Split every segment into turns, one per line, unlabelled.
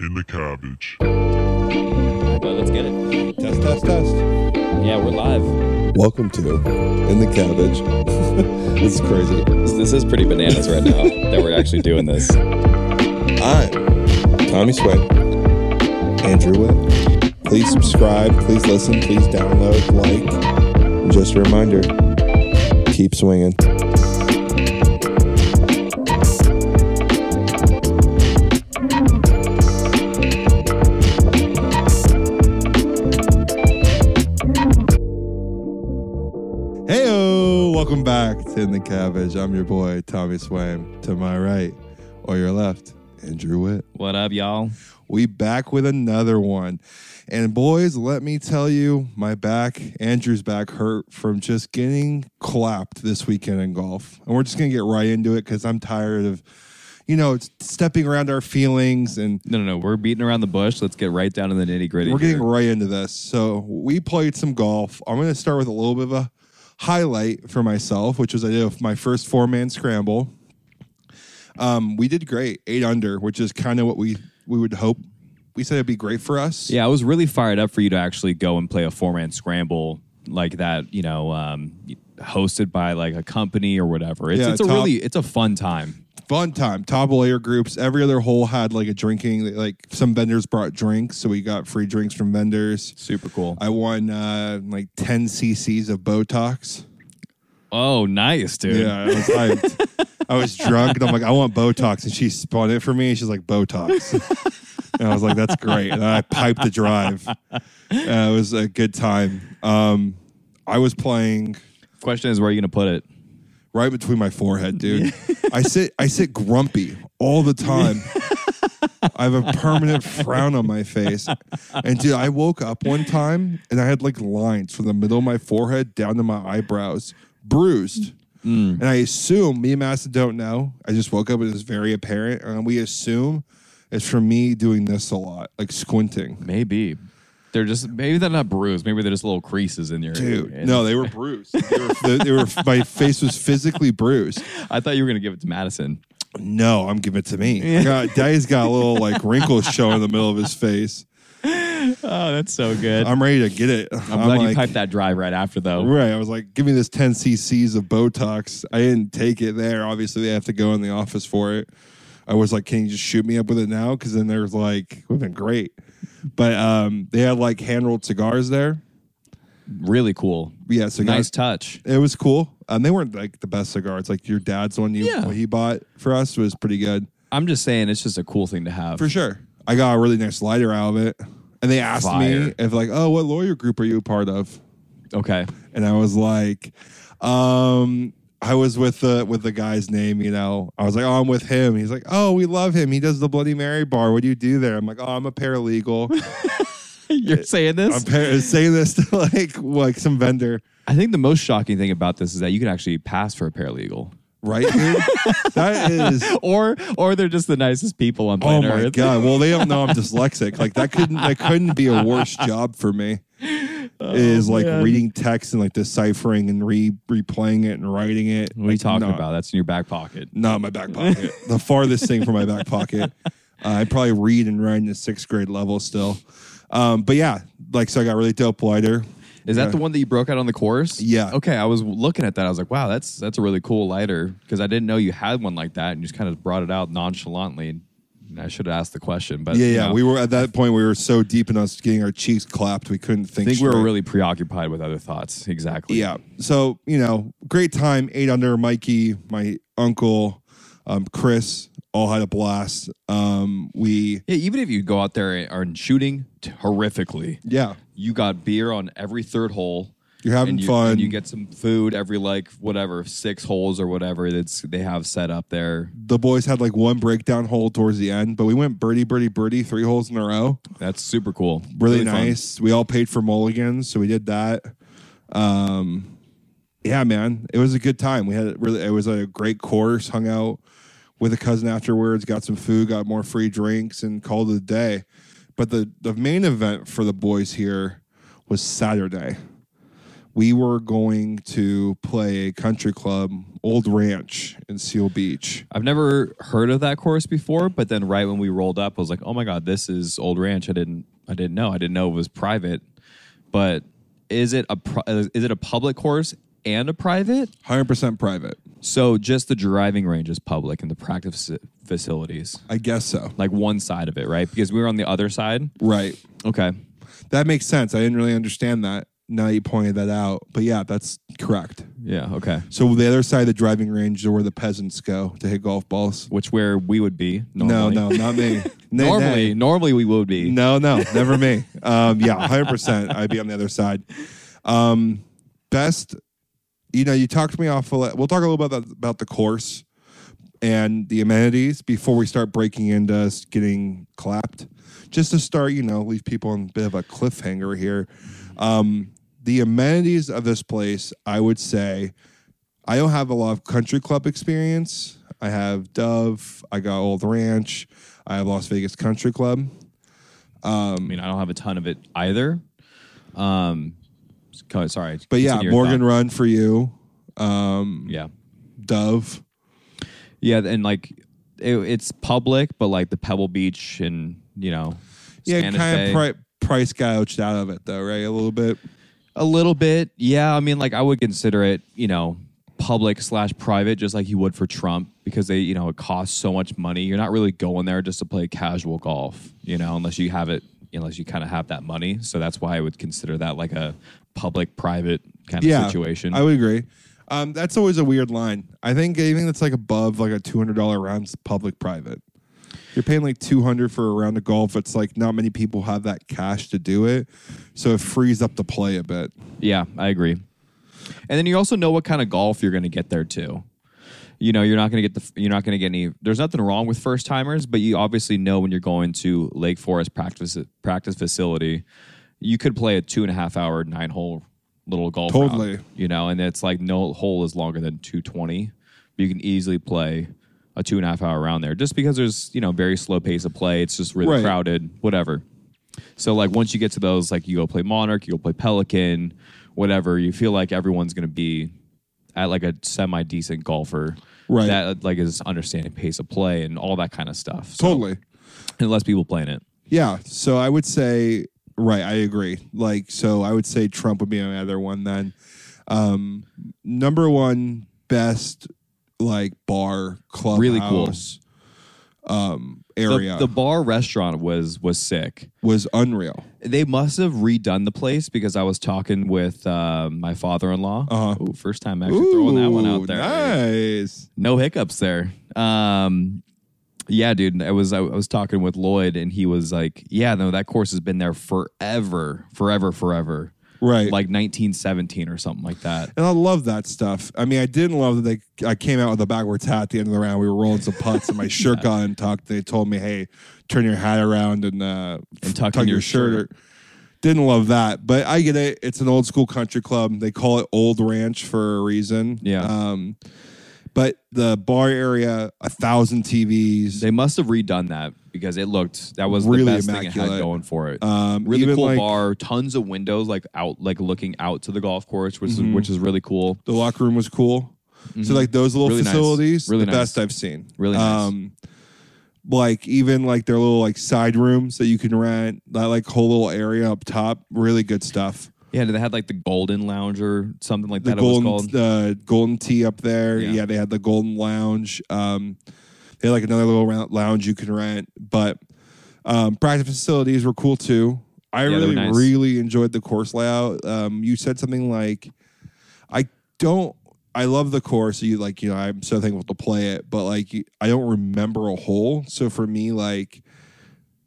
in the cabbage.
Well, let's get it.
Test, test, test.
Yeah, we're live.
Welcome to In the Cabbage. this is crazy.
This, this is pretty bananas right now that we're actually doing this.
I'm Tommy Sweat, Andrew Witt. Please subscribe, please listen, please download, like. And just a reminder keep swinging. Heyo! Welcome back to In the Cabbage. I'm your boy Tommy Swaim. To my right or your left, Andrew Witt.
What up, y'all?
We back with another one. And boys, let me tell you, my back, Andrew's back hurt from just getting clapped this weekend in golf. And we're just going to get right into it cuz I'm tired of you know, it's stepping around our feelings and
No, no, no. We're beating around the bush. Let's get right down to the nitty gritty.
we're getting right into this. So, we played some golf. I'm going to start with a little bit of a highlight for myself, which was I did my first four-man scramble. Um, we did great, 8 under, which is kind of what we we would hope we said it'd be great for us.
Yeah, I was really fired up for you to actually go and play a four man scramble like that. You know, um, hosted by like a company or whatever. It's,
Yeah,
it's a
top-
really it's a fun time.
fun time. Top layer groups. Every other hole had like a drinking. Like some vendors brought drinks, so we got free drinks from vendors.
Super cool.
I won uh, like 10 cc's of Botox.
oh, nice, dude.
Yeah, I was hyped. I was drunk, and I'm like, I want Botox, and she spun it for me. And she's like, Botox. and I was like, that's great. And I piped the drive. Uh, it was a good time. Um, I was playing
Question is, where are you gonna put it?
right between my forehead, dude. I sit I sit grumpy all the time. I have a permanent frown on my face. And dude, I woke up one time and I had like lines from the middle of my forehead down to my eyebrows, bruised. And I assume me and Massa don't know. I just woke up and it was very apparent. And we assume it's from me doing this a lot, like squinting.
Maybe. They're just maybe they're not bruised. Maybe they're just little creases in your.
Dude,
in-
no, they were bruised. They were, they, they were, my face was physically bruised.
I thought you were gonna give it to Madison.
No, I'm giving it to me. God, Daddy's got a little like wrinkles showing in the middle of his face.
Oh, that's so good.
I'm ready to get it. I'm,
I'm glad you
like,
piped that dry right after though.
right. I was like, give me this 10 cc's of Botox. I didn't take it there. Obviously, they have to go in the office for it. I was like, can you just shoot me up with it now? Because then there's like, we've been great. But um, they had like hand rolled cigars there.
Really cool.
Yeah, so
nice
guys,
touch.
it was cool. And they weren't like the best cigars. Like your dad's one you
Yeah.
what he bought for us was pretty good.
I'm just saying, it's just a cool thing to have.
For sure. I got a really nice lighter out of it. And they asked
Fire.
me if like, oh, what lawyer group are you a part of?
Okay.
And I was like, um, I was with the with the guy's name, you know. I was like, oh, I'm with him. He's like, oh, we love him. He does the Bloody Mary bar. What do you do there? I'm like, oh, I'm a paralegal.
You're saying
I'm
this?
par- saying this to like like some vendor,
I think the most shocking thing about this is that you can actually pass for a paralegal.
right? Dude? that is.
Or or they're just the nicest people on
Oh
planet
my
Earth.
god! Well, they don't know I'm dyslexic. Like that couldn't that couldn't be a worse job for me. is like
Oh, man.
reading text and like deciphering and re replaying it and writing it.
What are you
Like,
talking
no,
about? That's in your back pocket.
Not in my back pocket. the farthest thing from my back pocket. Uh, I probably read and write in the sixth grade level still. Um, but yeah, like so, I got really dope lighter.
Is that the one that you broke out on the course?
Yeah.
Okay, I was looking at that. I was like, wow, that's that's a really cool lighter because I didn't know you had one like that, and you just kind of brought it out nonchalantly. And I should have asked the question, but
Yeah,
you
yeah.
know,
We were at that point. We were so deep in us getting our cheeks clapped, we couldn't
I
think.
think we were
straight.
really preoccupied with other thoughts. Exactly.
Yeah. So, you know, great time. Eight under Mikey, my uncle, um, Chris, all had a blast. Um, we,
Yeah, even if you go out there and are shooting horrifically,
yeah,
you got beer on every third hole.
you're having
and you,
fun.
And you get some food every like whatever six holes or whatever that's they have set up there.
the boys had like one breakdown hole towards the end, but we went birdie, birdie, birdie, three holes in a row.
That's super cool.
Really,
fun.
nice. We all paid for mulligans, so we did that. Um, yeah, man, it was a good time. We had really, it was a great course. Hung out with a cousin afterwards, got some food, got more free drinks, and called it a day. But the the main event for the boys here was Saturday. we were going to play a country club, Old Ranch in Seal Beach.
I've never heard of that course before, but then right when we rolled up, I was like, "Oh my god, this is Old Ranch." I didn't, I didn't know. I didn't know it was private. But is it a pri- is it a public course and a private?
100% private.
So just the driving range is public, and the practice facilities,
I guess so.
like one side of it, right? Because we were on the other side.
Right.
Okay,
That makes sense. I didn't really understand that. Now that you pointed that out. But yeah, that's correct.
yeah, okay.
So the other side of the driving range is where the peasants go to hit golf balls.
Which where we would be
No,
normally.
no, not me. Nay, nay.
Normally, normally we would be.
No, no, never me. Um, yeah, hundred percent. I'd be on the other side. Um, best, you know, you talked me off a lot. We'll talk a little about about the course and the amenities before we start breaking into us getting clapped. Just to start, you know, leave people on a bit of a cliffhanger here. Um, the amenities of this place, I would say, I don't have a lot of country club experience. I have Dove. I got Old Ranch. I have Las Vegas Country Club.
I mean, I don't have a ton of it either. Um, co- sorry,
But yeah,
continue your
Morgan
thought.
Run for you, um,
Yeah,
Dove.
yeah, and like it, it's public, but like the Pebble Beach and you know,
Yeah,
Spanish
kind
Bay.
of pri- price gouged out of it though, right? A little bit.
a little bit. Yeah, I mean, like I would consider it, you know, public slash private, just like you would for Trump, because they, you know, it costs so much money. You're not really going there just to play casual golf, you know, unless you have it, unless you kind of have that money. So that's why I would consider that like a public private kind of
Yeah,
situation.
I would agree. Um, that's always a weird line. I think anything that's like above like a two hundred dollar round's public private. You're paying like two hundred for a round of golf. It's like not many people have that cash to do it, so it frees up the play a bit.
Yeah, I agree. And then you also know what kind of golf you're going to get there too. You know, you're not going to get the you're not going to get any. There's nothing wrong with first timers, but you obviously know when you're going to Lake Forest practice practice facility, you could play a two and a half hour nine hole little golf. round,
Totally.
you know, and it's like no hole is longer than two twenty. You can easily play a two and a half hour round there, just because there's you know very slow pace of play. It's just really
Right.
crowded, whatever. So like once you get to those, like you go play Monarch, you go play Pelican, whatever. You feel like everyone's gonna be at like a semi decent golfer,
Right.
That like is understanding pace of play and all that kind of stuff. So,
Totally.
and less people playing it.
Yeah. So I would say, right, I agree. Like, so I would say Trump would be another one then. Um, number one best like bar club
Really cool.
um
The,
area
the bar restaurant was was sick.
was unreal.
They must have redone the place because I was talking with uh, my father in law.
Uh-huh.
First time actually throwing that one out
Ooh,
there.
Nice.
no hiccups there. Um, yeah, dude. I was I was talking with Lloyd, and he was like, "Yeah, no, that course has been there forever, forever, forever,
Right.
like 1917 or something like that."
And I love that stuff. I mean, I didn't love that they. I came out with a backwards hat at the end of the round. We were rolling some putts, and my shirt got untucked. They told me, "Hey, turn your hat around and uh,
And tuck
tuck
in
your,
your shirt.
shirt." Didn't love that, but I get it. It's an old school country club. They call it Old Ranch for a reason.
Yeah.
Um, but the bar area, a thousand TVs.
They must have redone that because it looked that was
Really
the best thing it had
immaculate.
going for it.
um,
really
even
cool
like
bar, tons of windows, like out, like looking out to the golf course, which is which is really cool.
The locker room was cool. Mm-hmm. So like those little
Mm-hmm. Really nice.
facilities,
Really
the
nice.
best I've seen. Um,
Really nice.
like even like their little like side rooms that you can rent, that like whole little area up top, really good stuff.
Yeah, they had like the Golden Lounge or something like
The
that. it was
golden
called.
the golden tea up there.
Yeah.
Yeah. they had the golden lounge. Um, they had like another little round lounge you can rent, but um, practice facilities were cool too. I
Yeah, they were
really
nice.
really enjoyed the course layout. Um, you said something like, I don't. I love the course. You like, you know, I'm so thankful to play it, but like, you- I don't remember a hole. So for me, like,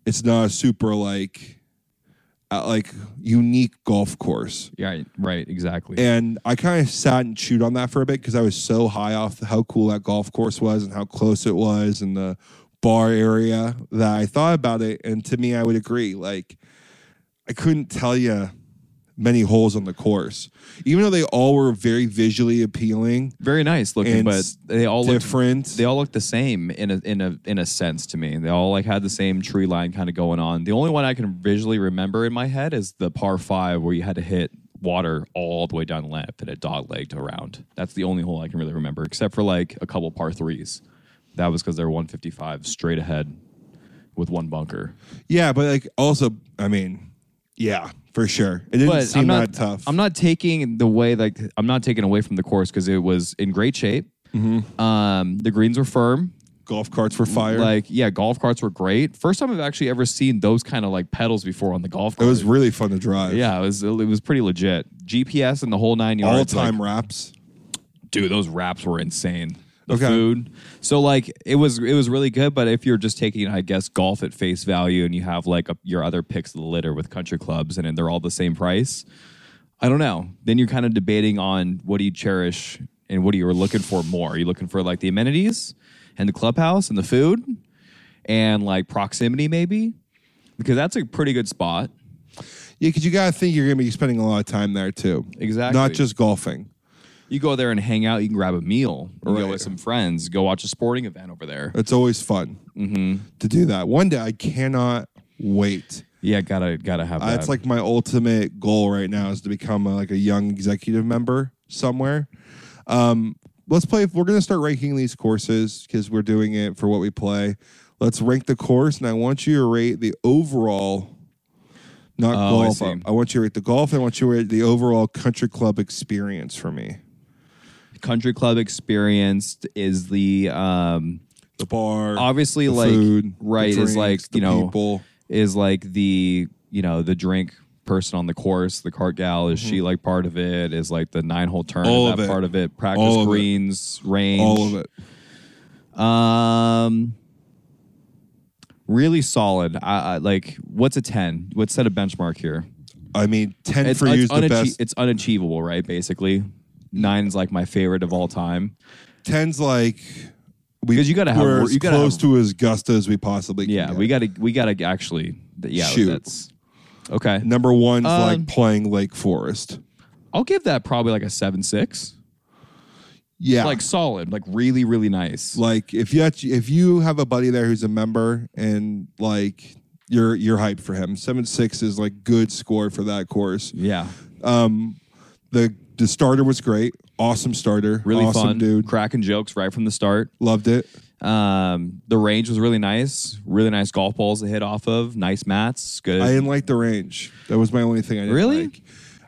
it's not a super like, uh, like unique golf course.
yeah, right, exactly.
And I kind of sat and chewed on that for a bit because I was so high off how cool that golf course was and how close it was and the bar area that I thought about it. And to me, I would agree. Like, I couldn't tell you many holes on the course, even though they all were very visually appealing,
Very nice looking,
And
but they all looked
different.
they all look the same in a in a in a sense to me. They all like had the same tree line kind of going on. The only one I can visually remember in my head is the par five where you had to hit water all the way down the length and it doglegged around. That's the only hole I can really remember, except for like a couple par threes. That was because they were 155 straight ahead with one bunker.
Yeah, but like also, I mean, yeah, for sure. It didn't
But
seem
I'm not
that tough.
I'm not taking the way like I'm not taking away from the course because it was in great shape.
Mm-hmm.
Um, the greens were firm.
Golf carts were fire.
Like yeah, golf carts were great. First time I've actually ever seen those kind of like pedals before on the golf
it
cart.
was really fun to drive.
yeah, it was it was pretty legit. GPS and the whole nine yards.
all
like,
time wraps.
dude, those wraps were insane. The
Okay.
food. So like it was it was really good, but if you're just taking, I guess, golf at face value and you have like a, your other picks of the litter with country clubs and, and they're all the same price, I don't know. Then you're kind of debating on what do you cherish and what are you looking for more? Are you looking for like the amenities and the clubhouse and the food and like proximity maybe? Because that's a pretty good spot.
Yeah, because you gotta think you're gonna be spending a lot of time there too.
Exactly.
Not just golfing.
You go there and hang out, you can grab a meal, or go
Right.
with some friends, go watch a sporting event over there.
It's always fun
Mm-hmm.
to do that. One day I cannot wait.
Yeah, gotta gotta have
Uh,
that.
it's like my ultimate goal right now is to become a, like a young executive member somewhere. Um, let's play. We're gonna start ranking these courses because we're doing it for what we play. Let's rank the course, and I want you to rate the overall. Not
Oh, I
golf.
see.
I, want you to rate the golf. and I want you to rate the overall country club experience for me.
country club experience is the um
The bar,
obviously
the
like
food, the
right is
drinks,
like
the
you know
people.
is like the you know the drink person on the course the cart gal is she like part of it is like the nine hole turn
Mm-hmm. All
is
of
that
it.
part of it practice
All of it.
greens range
all of it.
um really solid I, I like what's a 10 what's set a benchmark here
I mean, ten
it's,
for
it's
you is the
unachi-
best.
it's unachievable right basically nine's like my favorite of all time
Ten's like we
'Cause you gotta have
we're
wor-
as
you gotta
close
have-
to as gusta as we possibly. Can
Yeah,
get.
we gotta we gotta actually th- yeah
Shoot.
that's okay.
number one's
Um,
like playing Lake Forest.
I'll give that probably like a seven six.
Yeah,
Like
like
solid, like really, really nice.
if you actually, if you have a buddy there who's a member and like you're you're hyped for him. Seven six is like good score for that course.
yeah.
The the starter was great, awesome starter,
Really
awesome
fun.
dude,
Cracking jokes right from the start.
loved it.
Um the range was really nice. Really nice golf balls to hit off of. Nice mats. Good.
I didn't like the range. That was my only thing I didn't
Really?
like.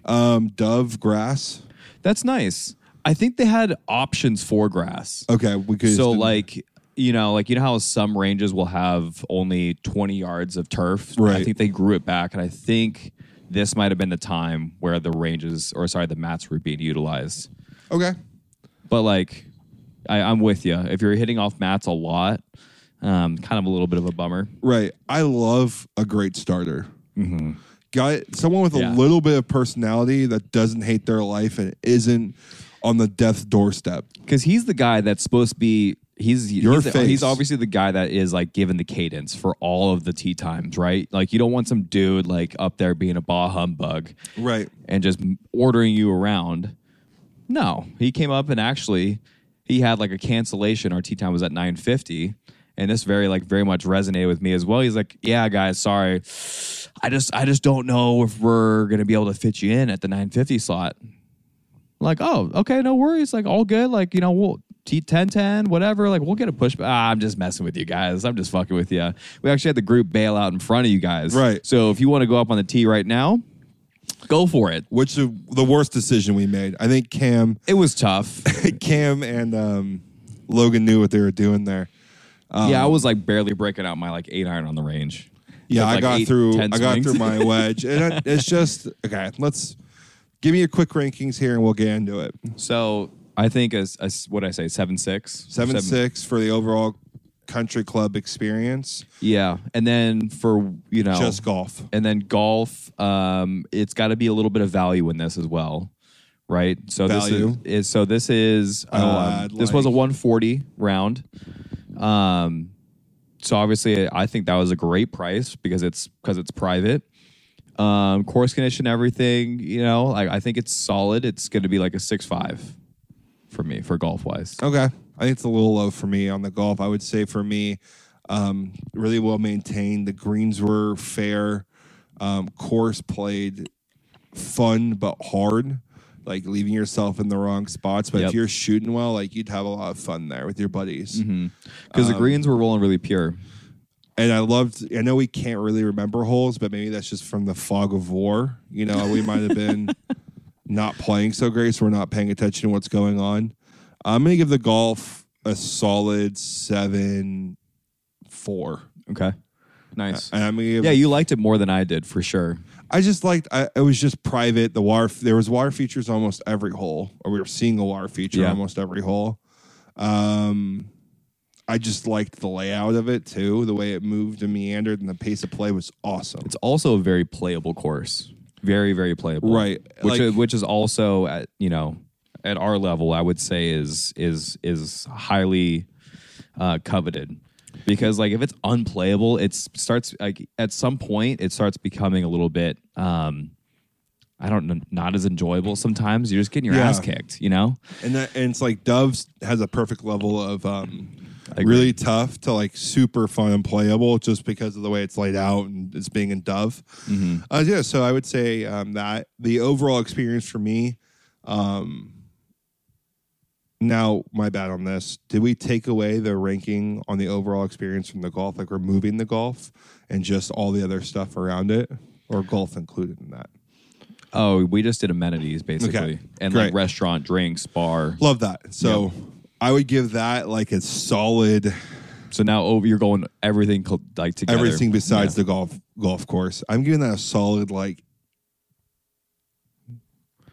Um, Dove grass.
that's nice. I think they had options for grass.
Okay, we could
so like you know, like you know how some ranges will have only 20 yards of turf. I
Right.
think they grew it back, and I think this might have been the time where the ranges, or sorry, the mats were being utilized.
okay.
But like, I, I'm with you. If you're hitting off mats a lot, um, kind of a little bit of a bummer.
Right. I love a great starter. Mm-hmm. Guy, someone with
Yeah.
a little bit of personality that doesn't hate their life and isn't on the death doorstep.
because he's the guy that's supposed to be he's
Your
he's, the-
face.
he's obviously the guy that is like given the cadence for all of the tea times right like you don't want some dude like up there being a bah humbug
Right.
and just m- ordering you around no he came up and actually he had like a cancellation our tea time was at 950 and this very like very much resonated with me as well he's like yeah guys sorry i just i just don't know if we're gonna be able to fit you in at the 950 slot like, oh, okay, no worries. Like, all good. Like, you know, we'll T ten ten, whatever. Like, we'll get a pushback. Ah, I'm just messing with you guys. I'm just fucking with you. We actually had the group bail out in front of you guys.
Right.
So if you want to go up on the tee right now, go for it.
Which is the worst decision we made. I think Cam
It was tough.
Cam and um, Logan knew what they were doing there.
yeah, I was like barely breaking out my like eight iron on the range.
Um, Yeah,
With,
I
like,
got
eight,
through
10
I got
swings.
through my wedge. And I, it's just okay, let's give me your quick rankings here and we'll get into it.
so I think as, as what I say, seven six.
Seven, six for the overall country club experience.
Yeah. And then for you know
Just golf.
and then golf um it's got to be a little bit of value in this as well right so
Value.
this is, is so this is um,
I'll add,
this was a
like-
140 round um so obviously i think that was a great price because it's because it's private um course condition everything you know i, I think it's solid it's going to be like a six five for me for golf wise
Okay. I think it's a little low for me on the golf. I would say for me, um, really well maintained. The greens were fair. Um, course played fun but hard, like leaving yourself in the wrong spots. But
Yep.
if you're shooting well, like you'd have a lot of fun there with your buddies.
Because Mm-hmm.
Um,
the greens were rolling really pure.
And I loved. I know we can't really remember holes, but maybe that's just from the fog of war. You know, we might have been not playing so great, so we're not paying attention to what's going on. I'm gonna give the golf a solid seven four.
Okay. Nice.
And I'm gonna give
yeah, you liked it more than I did for sure.
I just liked. I, it was just private. The wire. There was wire features almost every hole, or we were seeing a wire feature
Yeah.
almost every hole. Um, I just liked the layout of it too. The way it moved and meandered, and the pace of play was awesome.
It's also a very playable course. Very, very playable.
Right,
Which
like-
is, which is also at you know at our level, I would say is is is highly uh, coveted because like if it's unplayable, it starts like at some point it starts becoming a little bit. Um, I don't know, not as enjoyable sometimes. You're just getting your
Yeah.
ass kicked, you know?
and that, and it's like Doves has a perfect level of um,
agree.
really tough to like super fun and playable, just because of the way it's laid out and it's being in Dove.
Mm.
Uh, yeah, so I would say um, that the overall experience for me. Um, now, my bad on this. Did we take away the ranking on the overall experience from the golf, like removing the golf and just all the other stuff around it, or golf included in that?
Oh, we just did amenities basically, and like
Great.
restaurant, drinks, bar.
Love that. So I would give that like a solid
So now over, you're going everything col- like together.
everything besides the golf golf course. I'm giving that a solid like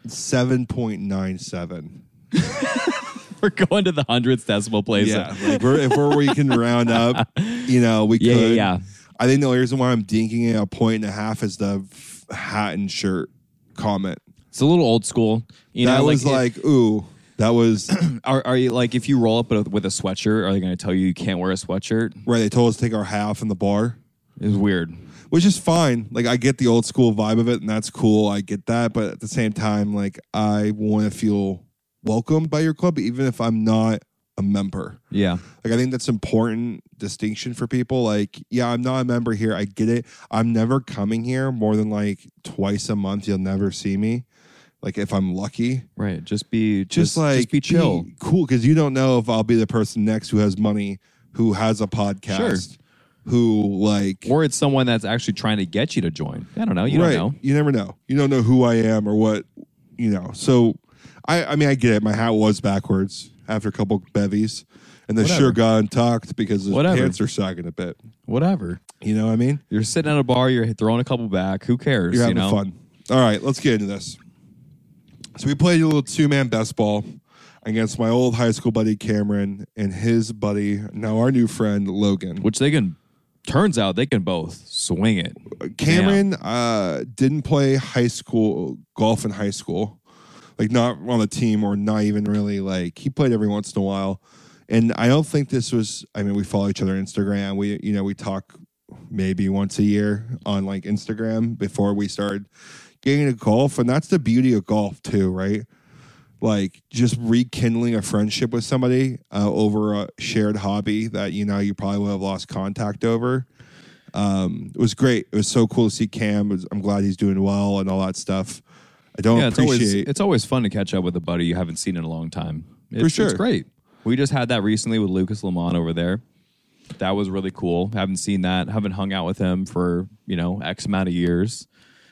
seven point nine seven.
we're going to the hundredth decimal place.
Yeah, like we're, if we're, we can round up, you know, we
Yeah, yeah,
could.
yeah.
I think the only reason why I'm dinking it a point and a half is the f- hat and shirt comment.
It's a little old school. You
that
know,
was
it-
like, ooh, that was
are, are you like if you roll up with a, with a sweatshirt, are they going to tell you you can't wear a sweatshirt?
right. They told us to take our half in the bar.
It's weird.
which is fine. Like I get the old school vibe of it, and that's cool. I get that, but at the same time, like I want to feel welcomed by your club, even if I'm not a member.
Yeah,
Like I think that's important distinction for people. Like, yeah, I'm not a member here. I get it. I'm never coming here more than like twice a month. You'll never see me. Like if I'm lucky.
right. Just be just,
Just, like
just be chill.
cool, because you don't know if I'll be the person next who has money, who has a podcast, who like
or it's someone that's actually trying to get you to join. I don't know. You don't know.
You never know. You don't know who I am or what, you know. So, I, I mean, I get it. My hat was backwards after a couple bevies, and then
Whatever.
sure got untucked because his
Whatever.
pants are sagging a bit.
Whatever.
You know what I mean?
You're sitting at a bar. You're throwing a couple back. Who cares?
You're having
you know?
fun. All right, let's get into this. So we played a little two-man best ball against my old high school buddy Cameron and his buddy, now our new friend Logan.
Which they can. Turns out they can both swing it.
Cameron uh, didn't play high school golf in high school, like not on the team or not even really like he played every once in a while. And I don't think this was. I mean, we follow each other on Instagram. We you know we talk maybe once a year on like Instagram before we started getting into golf, and that's the beauty of golf too, right? Like just rekindling a friendship with somebody uh, over a shared hobby that you know you probably would have lost contact over um, it was great. It was so cool to see Cam. It was- I'm glad he's doing well and all that stuff. I don't
yeah, it's always
Oh, appreciate.
it's always fun to catch up with a buddy you haven't seen in a long time. It's, it's
sure.
great. We just had that recently with Lucas Lamont over there. That was really cool. Haven't seen that. Haven't hung out with him for you know X amount of years.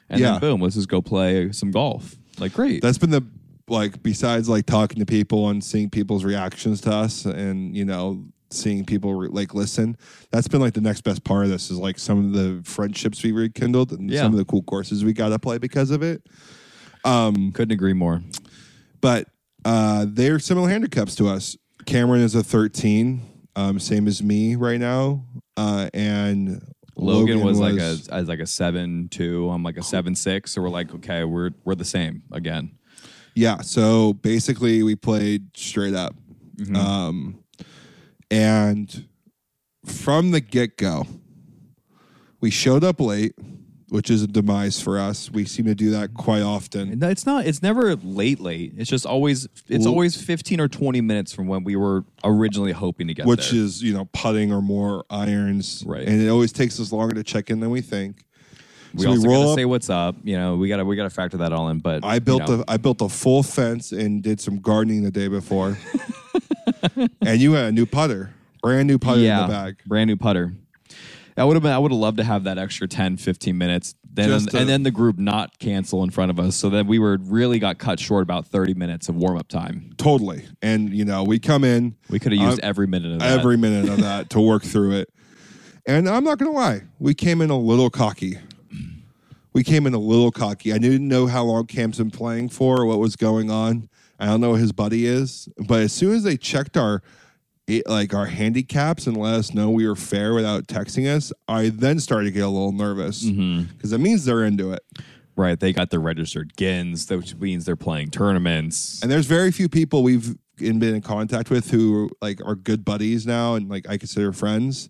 And
Yeah.
then boom, let's just go play some golf. Like great.
That's been the like besides like talking to people and seeing people's reactions to us and you know seeing people re- like listen. That's been like the next best part of this is like some of the friendships we rekindled and
Yeah.
some of the cool courses we got to play because of it.
Couldn't agree more.
but uh, they're similar handicaps to us. Cameron is a 13, um, same as me right now, uh, and
Logan, was, like a as like a seven two. I'm like a seven six. So we're like okay, we're we're the same again.
yeah. So basically, we played straight up,
Mm-hmm.
um, and from the get go, we showed up late, which is a demise for us. We seem to do that quite often.
No, it's not. It's never late. Late. It's just always. It's
Well-
always fifteen or twenty minutes from when we were originally hoping to get
which
there.
is you know putting or more irons
Right.
and it always takes us longer to check in than we think
We
So we
also
roll
gotta
up-
say what's up. You know, we gotta we gotta factor that all in. But
I built
you know,
a I built a full fence and did some gardening the day before. and you had a new putter, brand new putter
yeah,
in the bag.
brand new putter. That would have been I would have loved to have that extra 10, 15 minutes. Then
Just to-
and then the group not cancel in front of us. So then we were really got cut short about 30 minutes of warm up time.
Totally. And you know, we come in
We could have used every minute of that.
every minute of that to work through it. And I'm not gonna lie, we came in a little cocky. We came in a little cocky. I didn't know how long Cam's been playing for, or what was going on. I don't know what his buddy is, but as soon as they checked our it, like our handicaps and let us know we were fair without texting us, I then started to get a little nervous
Mm.
because it means they're into it.
Mm-hmm. Right. They got their registered gins, which means they're playing tournaments.
And there's very few people we've in- been in contact with who like are good buddies now and like I consider friends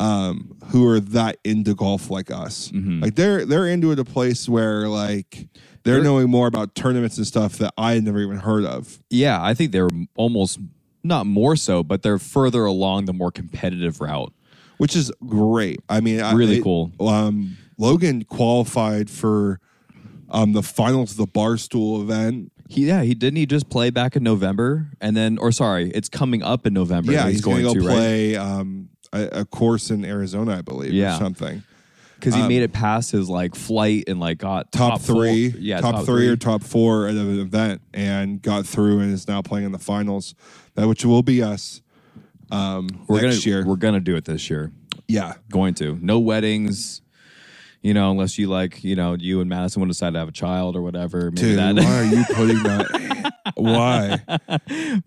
um who are that into golf like us. Like they're they're into it a place where like they're,
Mm-hmm. They're-
knowing more about tournaments and stuff that I had never even heard of.
Yeah, I think they're almost not more so, but they're further along the more competitive route.
Which is great. I mean I-
Really
it-
cool.
Um Logan qualified for um the finals of the Barstool event.
He yeah, he didn't he just play back in November and then or sorry, it's coming up in November.
Yeah,
that
he's, going, to go
right?
play um a, a course in Arizona, I believe,
Yeah.
or something.
because he made it past his like flight and like got
top,
four-
three,
yeah,
top, three, or top four at an event, and got through and is now playing in the finals, that which will be us. Um,
we're
next
gonna
year,
we're gonna do it this year.
yeah,
Going to no weddings, you know, unless you like, you know, you and Madison would decide to have a child or whatever. Maybe
dude,
that
why are you putting that? why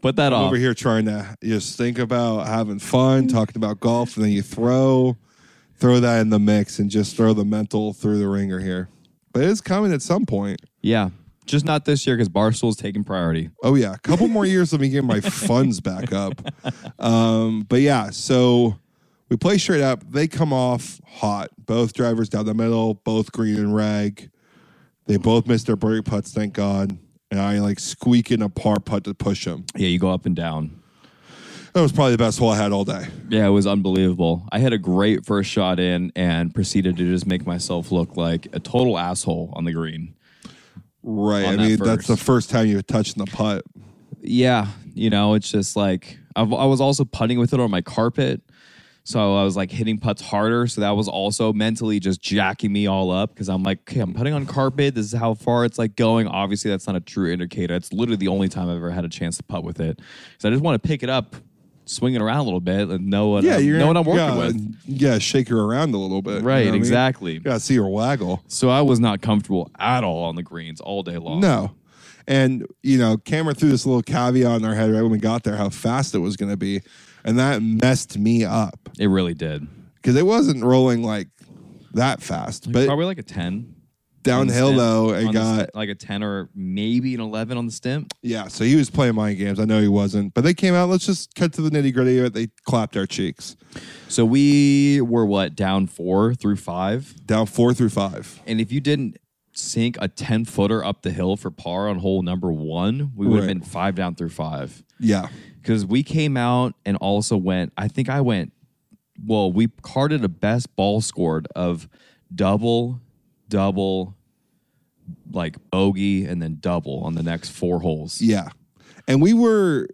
put that
I'm
off.
over here trying to just think about having fun, talking about golf, and then you throw throw that in the mix and just throw the mental through the ringer here. But it's coming at some point.
Yeah, just not this year because Barstool's taking priority.
Oh yeah, a couple more years let me get my funds back up. Um, but yeah, so we play straight up. They come off hot. Both drivers down the middle, both green and rag. They both missed their birdie putts, thank God. And I like squeak in a par putt to push them.
Yeah, you go up and down.
That was probably the best hole I had all day.
Yeah, it was unbelievable. I had a great first shot in and proceeded to just make myself look like a total asshole on the green.
Right.
On
I
that
mean, that's the
first.
first time you touched the putt.
yeah, you know, it's just like I've, I was also putting with it on my carpet. So I was like hitting putts harder. So that was also mentally just jacking me all up because I'm like, okay, I'm putting on carpet. This is how far it's like going. Obviously, that's not a true indicator. It's literally the only time I've ever had a chance to putt with it. So I just want to pick it up, swing it around a little bit, and know what,
Yeah,
I'm,
you're
know what um, I'm working
yeah,
with.
Yeah, shake her around a little bit. you know
Right,
what I mean?
exactly.
You gotta see her waggle.
So I was not comfortable at all on the greens all day long.
No. And, you know, Cameron threw this little caveat in our head right when we got there how fast it was going to be. And that messed me up
It really did.
because it wasn't rolling like that fast. But
Probably like a 10. on the
downhill,
stem-
though,
on
it
the
got,
st- like a 10 or maybe an 11 on the stem.
yeah. So he was playing mind games. I know he wasn't. But they came out. Let's just cut to the nitty gritty of it. They clapped our cheeks
So we were what down four through five,
down four through five.
and if you didn't sink a ten footer up the hill for par on hole number one, we would have
Right.
been five down through five
Yeah.
because we came out and also went. I think I went. Well, we carded a best ball scored of double, double, like bogey, and then double on the next four holes.
Yeah. And we were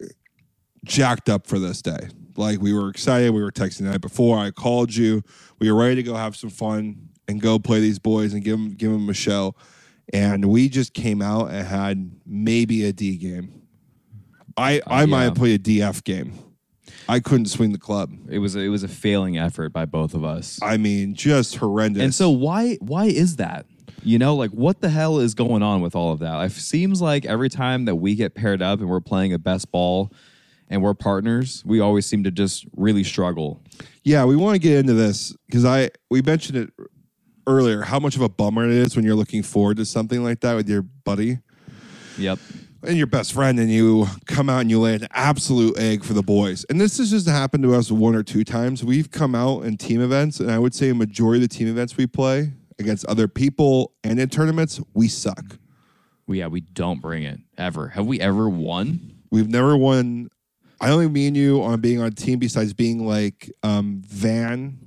jacked up for this day. Like we were excited. We were texting the night before. I called you. We were ready to go have some fun and go play these boys and give them give them a show. And we just came out and had maybe a D game. I I might
Oh, yeah.
have played a DF game. I couldn't swing the club.
It was it was a failing effort by both of us.
I mean, just horrendous.
And so why why is that? You know, like what the hell is going on with all of that? It seems like every time that we get paired up and we're playing a best ball and we're partners, we always seem to just really struggle.
Yeah, we want to get into this because I we mentioned it earlier how much of a bummer it is when you're looking forward to something like that with your buddy.
Yep.
and your best friend and you come out and you lay an absolute egg for the boys. And this has just happened to us one or two times. We've come out in team events, and I would say a majority of the team events we play against other people and in tournaments, we suck.
We yeah, we don't bring it ever. Have we ever won?
We've never won. I only mean you on being on a team besides being like um, Van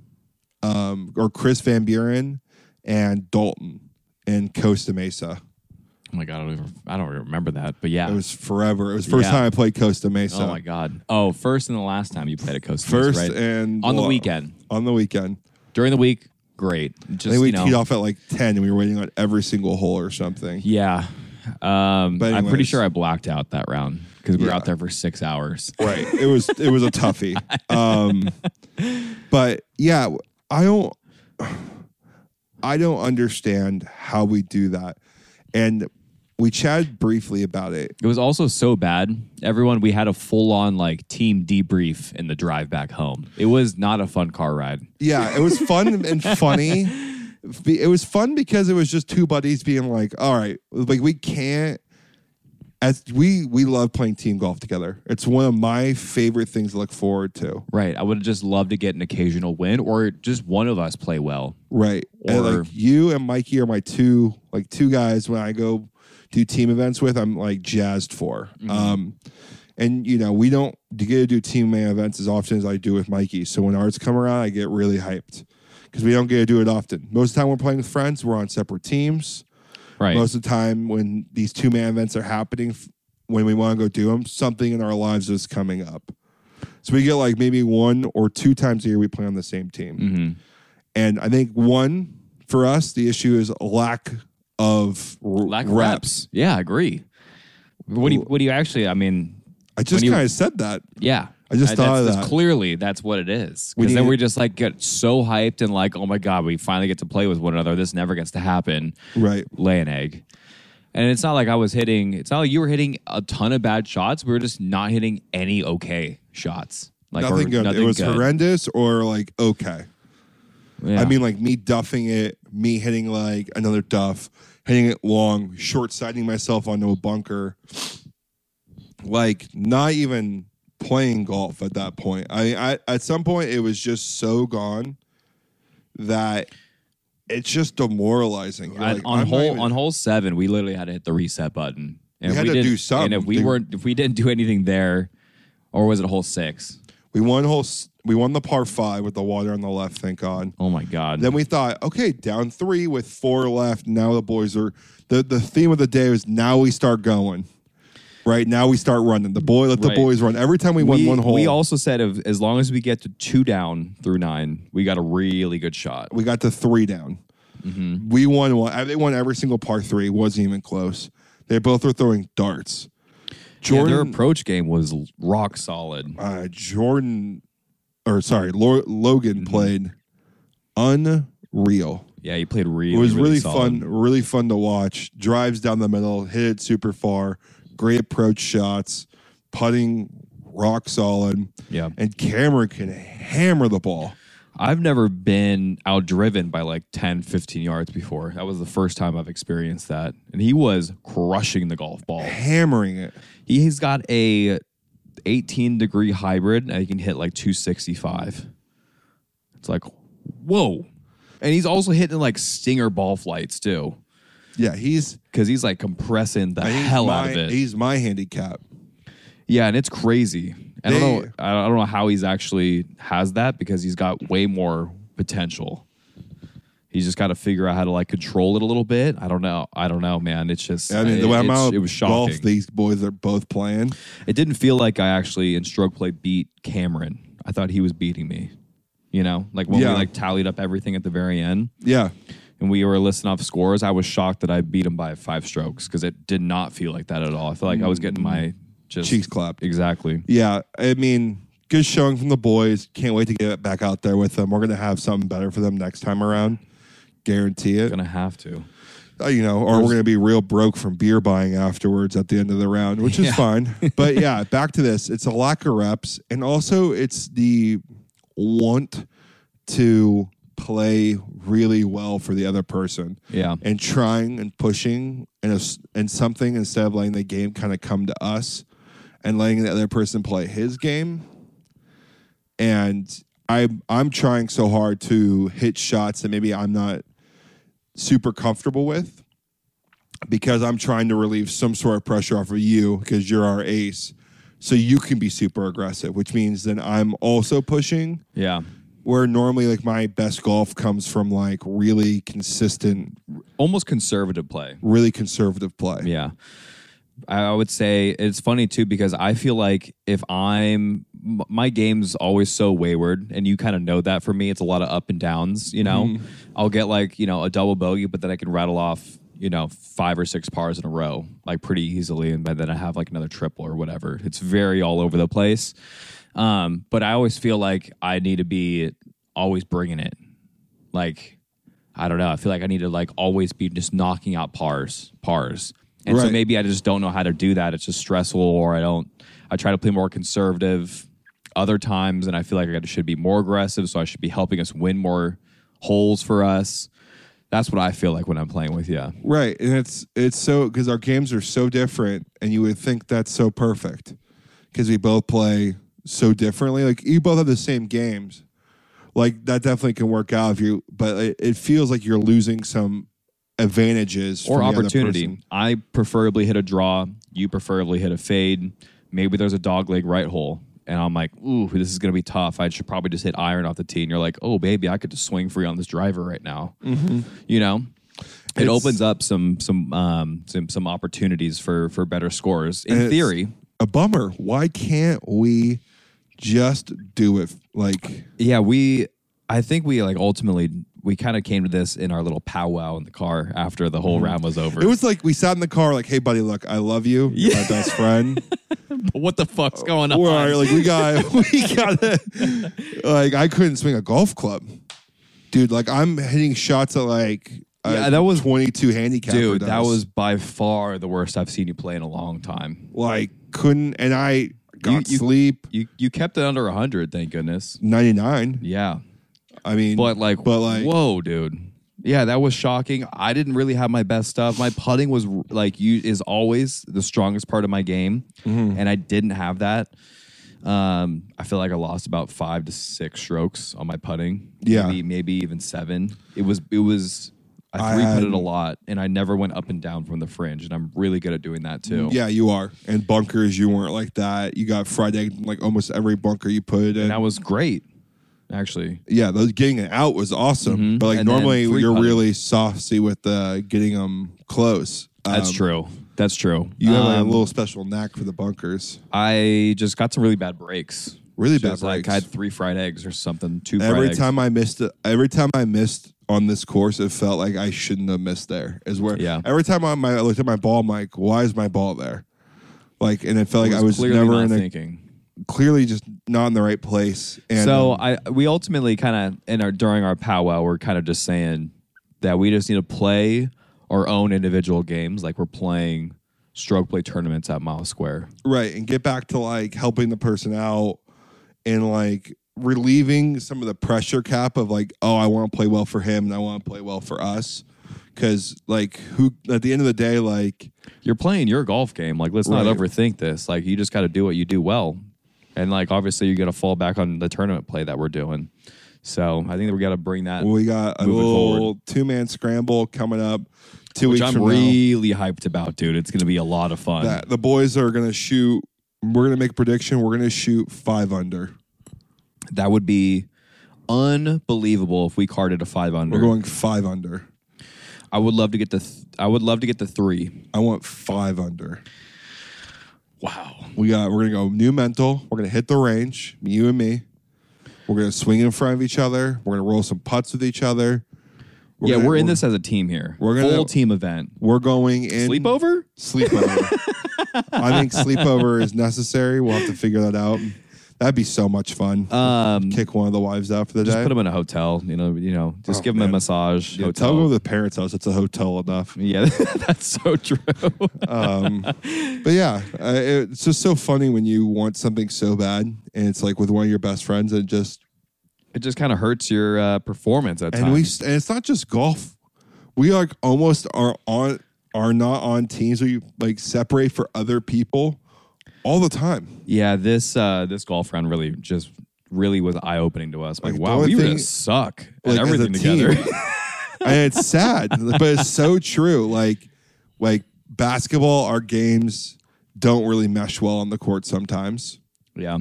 um, or Chris Van Buren and Dalton in Costa Mesa.
Oh my god, I don't even I don't remember that. But yeah.
It was forever. It was the first
Yeah.
time I played Costa Mesa.
oh my god. Oh, first and the last time you played at Costa Mesa,
First
right?
and
on the
well,
weekend.
On the weekend.
During the week, great.
I
Just
think we
you know,
teed off at like 10 and we were waiting on every single hole or something.
Yeah. Um,
But
I'm pretty
anyways.
sure I blacked out that round because we were
Yeah.
out there for six hours.
Right. It was it was a toughie. Um but yeah, I don't I don't understand how we do that. And we chatted briefly about it.
It was also so bad. Everyone, we had a full on like team debrief in the drive back home. It was not a fun car ride.
Yeah, it was fun and funny. Be- It was fun because it was just two buddies being like, "All right, like we can't." As we we love playing team golf together. It's one of my favorite things to look forward to.
Right. I would have just loved to get an occasional win or just one of us play well.
Right. and
Or-
like you and Mikey are my two like two guys when I go do team events with, I'm like jazzed for.
Mm-hmm.
Um and you know, we don't get to do team events as often as I do with Mikey. So when ours come around, I get really hyped. Because we don't get to do it often. Most of the time we're playing with friends, we're on separate teams.
Right.
Most of the time when these two man events are happening, f- when we want to go do them, something in our lives is coming up. So we get like maybe one or two times a year we play on the same team.
hmm
And I think one for us, the issue is lack of r-
Lack of
reps.
reps. Yeah, I agree. What do you, what do you actually, I mean,
I just
When you-
kind of said that.
yeah.
I just
Uh,
thought of
that's,
that.
That's clearly that's what it is.
We
Because
need
then
to-
we just like get so hyped and like, oh my God, we finally get to play with one another. This never gets to happen.
Right.
lay an egg. And it's not like I was hitting, it's not like you were hitting a ton of bad shots. We were just not hitting any okay shots. Like or
nothing good.
Nothing
it was
good.
horrendous or like, okay.
Yeah.
I mean, like me duffing it, me hitting like another duff, hitting it long, short siding myself onto a bunker. Like, not even playing golf at that point. I, I at some point it was just so gone that it's just demoralizing. You're
At-
like,
on
I'm not
hole
even-
on hole seven, we literally had to hit the reset button. And
We
if
had to
didn't-
do something.
And if we
Dude.
weren't, if we didn't do anything there, or was it hole six?
We won whole. s- We won the par five with the water on the left. Thank God.
Oh my God.
Then we thought, okay, down three with four left. Now the boys are. the The theme of the day was now we start going. Right now we start running. The boy let the
Right.
boys run. Every time we, won
we,
one hole,
we
we,
also said if, as long as we get to two down through nine, we got a really good shot.
got to three down.
Mm-hmm.
We won one. I- They won every single par three. wasn't even close. They both were throwing darts.
Yeah, their
Jordan,
approach game was l- rock solid.
uh, Jordan, or sorry, Lo-
Mm-hmm.
Logan played unreal.
Yeah, he played really.
It was really,
solid.
fun, really fun to watch. Drives down the middle, hit it super far, great approach shots, putting rock solid,
Yeah.
and Cameron can hammer the ball.
I've never been outdriven by like 10, 15 yards before. That was the first time I've experienced that. And he was crushing the golf ball.
Hammering it.
He's got a 18 degree hybrid and he can hit like 265. It's like, whoa. And he's also hitting like stinger ball flights too.
Yeah, he's
Cause he's like compressing the
he's
hell
my,
out of it.
He's my handicap.
Yeah, and it's crazy. I don't
They-
know I don't know how he's actually has that because he's got way more potential. He's just got to figure out how to like control it a little bit. I don't know. I don't know, man. It's just
I mean, the
it, it's-
amount
it was
of golf
shocking.
these boys are both playing.
it didn't feel like I actually in stroke play beat Cameron. I thought he was beating me. You know, like when
Yeah.
we like tallied up everything at the very end
Yeah,
and we were listing off scores, I was shocked that I beat him by five strokes because it did not feel like that at all. I felt like I was getting my just
cheeks clapped.
exactly.
Yeah, I mean, good showing from the boys. Can't wait to get back out there with them. We're gonna have something better for them next time around. Guarantee it.
Gonna have to.
uh, you know, or we're going to be real broke from beer buying afterwards at the end of the round, which is fine. But yeah, back to this. It's a lack of reps, and also it's the want to play really well for the other person
Yeah.
and trying and pushing and a, and something instead of letting the game kind of come to us and letting the other person play his game. And I I'm trying so hard to hit shots that maybe I'm not super comfortable with because I'm trying to relieve some sort of pressure off of you because you're our ace. So you can be super aggressive, which means then I'm also pushing
Yeah.
where normally like my best golf comes from like really consistent,
Almost conservative play.
really conservative play.
Yeah. I I would say it's funny too because I feel like if I'm m- my game's always so wayward, and you kind of know that for me, it's a lot of up and downs. You know, I'll get like you know a double bogey, but then I can rattle off you know five or six pars in a row like pretty easily, and by then I have like another triple or whatever. It's very all over the place. Um, but I always feel like I need to be always bringing it. Like I don't know. I feel like I need to like always be just knocking out pars, pars. And so
Right.
maybe I just don't know how to do that. It's just stressful, or I don't. I try to play more conservative other times, and I feel like I should be more aggressive. So I should be helping us win more holes for us. That's what I feel like when I'm playing with you.
Right. And it's it's so because our games are so different and you would think that's so perfect because we both play so differently. Like you both have the same games. Like that definitely can work out if you but it, it feels like you're losing some advantages
or
from the other
opportunity.
person.
I preferably hit a draw. You preferably hit a fade. Maybe there's a dog leg right hole. And I'm like, ooh, this is going to be tough. I should probably just hit iron off the tee. And you're like, oh, baby, I could just swing free on this driver right now. You know, it
It's-
opens up some some um, some some opportunities for for better scores in
It's-
theory.
A bummer. Why can't we just do it like
Yeah, we. I think we like ultimately we kind of came to this in our little powwow in the car after the whole round Mm-hmm. was over.
it was like we sat in the car like, hey buddy, look, I love you. You're my best friend.
what the fuck's going on?
We're all right, like we got we got to like I couldn't swing a golf club, dude. Like I'm hitting shots at like a
Yeah, that was-
22 handicap,
Dude, that was by far the worst I've seen you play in a long time.
like couldn't, and I got
you-
sleep
You you kept it under 100, thank goodness.
99.
Yeah.
I mean,
But like,
But, like-
whoa, dude. Yeah, that was shocking. I didn't really have my best stuff. My putting was like you is always the strongest part of my game,
Mm-hmm.
and I didn't have that. Um, I feel like I lost about five to six strokes on my putting.
Yeah.
maybe, maybe even seven. It was it was I
I
three putted
had-
a lot, and I never went up and down from the fringe, and I'm really good at doing that too.
yeah, you are. And bunkers, you weren't like that. You got fried egg in, like almost every bunker you put it in.
and that was great, actually.
yeah, those getting it out was awesome. But like
Mm-hmm. And then
normally,
free
you're
putting.
really saucy with uh, getting them close.
That's
Um,
true. That's true.
You have like, a
Um,
little special knack for the bunkers.
I just got some really bad breaks.
Really
Just
bad
Like
breaks.
I had three fried eggs or something. Two fried
Every
eggs.
time I missed it, every time I missed on this course, it felt like I shouldn't have missed there. Is where
Yeah.
every time I, my, I looked at my ball, I'm like, why is my ball there? Like, and it felt like I was
clearly
never
not
in a,
thinking.
clearly just not in the right place. And
so
um,
I we ultimately kind of in our during our powwow we're kind of just saying that we just need to play our own individual games like we're playing stroke play tournaments at Mile Square.
right, and get back to like helping the person out and like relieving some of the pressure cap of like, oh, I want to play well for him and I want to play well for us, because like who at the end of the day, like
You're playing your golf game. Like let's not
Right.
overthink this. Like you just got to do what you do well. And like obviously you got to fall back on the tournament play that we're doing. So I think that we got to bring that
we got a
Moving forward.
little two man scramble coming up. Two
which
weeks
I'm
from now.
really hyped about, dude. It's going to be a lot of fun.
that the boys are gonna shoot. We're gonna make a prediction. We're gonna shoot five under.
That would be unbelievable if we carded a five under.
We're going five under.
I would love to get the. Th- I would love to get the three.
I want five under.
Wow.
We got. We're gonna go new mental. We're gonna hit the range. You and me. We're gonna swing in front of each other. We're gonna roll some putts with each other.
yeah,
gonna-
we're in this as a team here.
we're gonna-
full team event.
We're going in
Sleepover.
Sleepover. I think sleepover is necessary. We'll have to figure that out. That'd be so much fun.
Um,
Kick one of the wives out for the
just
day.
put them in a hotel. You know. You know. Just
Oh,
give them a
man.
massage.
yeah,
hotel.
tell them to the parents' house. It's a hotel enough.
yeah, that's so true.
um, but yeah, uh, it's just so funny when you want something so bad, and it's like with one of your best friends, and just
it just kind of hurts your uh, performance at
and
times.
we and it's not just golf. We like almost are on are not on teams. We like separate for other people all the time.
yeah, this uh, this golf round really just really was eye opening to us. Like,
Like, the
wow,
only
we
thing-
really suck at
Like, as a
everything
team.
together.
and it's sad, but it's so true. Like like basketball, our games don't really mesh well on the court sometimes.
yeah.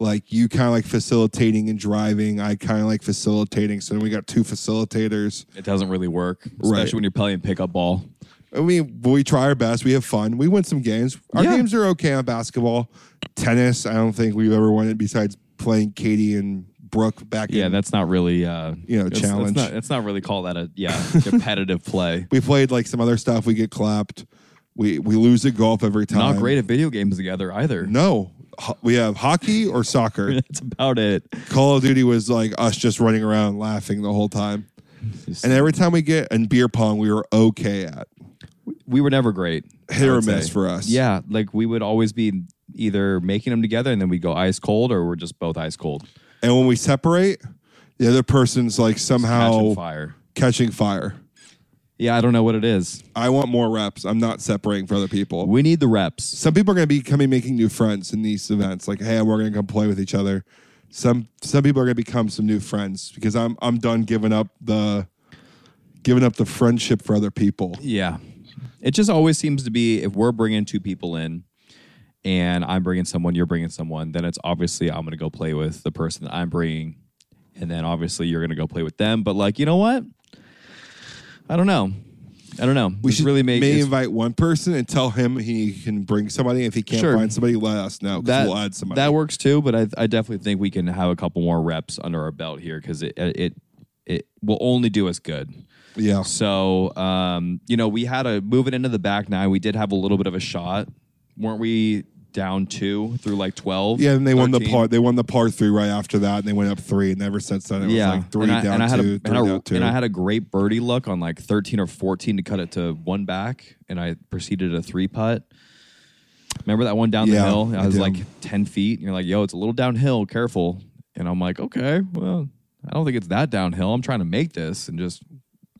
like you kind of like facilitating and driving. I kind of like facilitating. So then we got two facilitators.
It doesn't really work, especially
Right.
when you're playing pickup ball.
I mean, we try our best. We have fun. We win some games. Our
Yeah.
games are okay on basketball. Tennis, I don't think we've ever won it besides playing Katie and Brooke back
Yeah,
in.
that's not really uh,
You know,
it's- It's
challenge.
not, it's not really called that a yeah competitive play.
we played like some other stuff. We get clapped. We we lose at golf every time.
Not great at video games together either.
No. Ho- We have hockey or soccer.
That's about it.
Call of Duty was like us just running around laughing the whole time. And every time we get and beer pong, we were okay at
we were never great.
hit
I
or
would
miss
say.
for us.
Yeah, like we would always be either making them together and then we'd go ice cold, or we're just both ice cold.
And when we separate, the other person's like somehow
Catching fire.
catching fire.
Yeah, I don't know what it is.
I want more reps. I'm not separating for other people.
We need the reps.
Some people are going to be coming making new friends in these events. Like, hey, we're going to come play with each other. Some some people are going to become some new friends because I'm I'm done giving up the giving up the friendship for other people.
Yeah. It just always seems to be if we're bringing two people in and I'm bringing someone, you're bringing someone, then it's obviously I'm going to go play with the person that I'm bringing. And then obviously you're going to go play with them. But like, you know what? I don't know. I don't know.
We
It's
should
really make
may
it's-
invite one person and tell him he can bring somebody. If he can't
Sure.
find somebody, let us know 'cause
that
we'll add somebody.
that works too. But I, I definitely think we can have a couple more reps under our belt here because it, it it will only do us good.
yeah,
So, um, you know, we had a moving into the back nine. We did have a little bit of a shot, weren't we? Down two through like twelve.
yeah. And they won the
13?
par. They won the par three right after that, and they went up three. And ever since then, it was
Yeah,
like three
and I,
down
and I had
two,
a,
three
and I,
down two.
and I had a great birdie look on like thirteen or fourteen to cut it to one back, and I proceeded a three putt. Remember that one down
Yeah,
the hill?
I
I was
do.
like ten feet, and you're like, "Yo, it's a little downhill. Careful." And I'm like, "Okay, well, I don't think it's that downhill. I'm trying to make this and just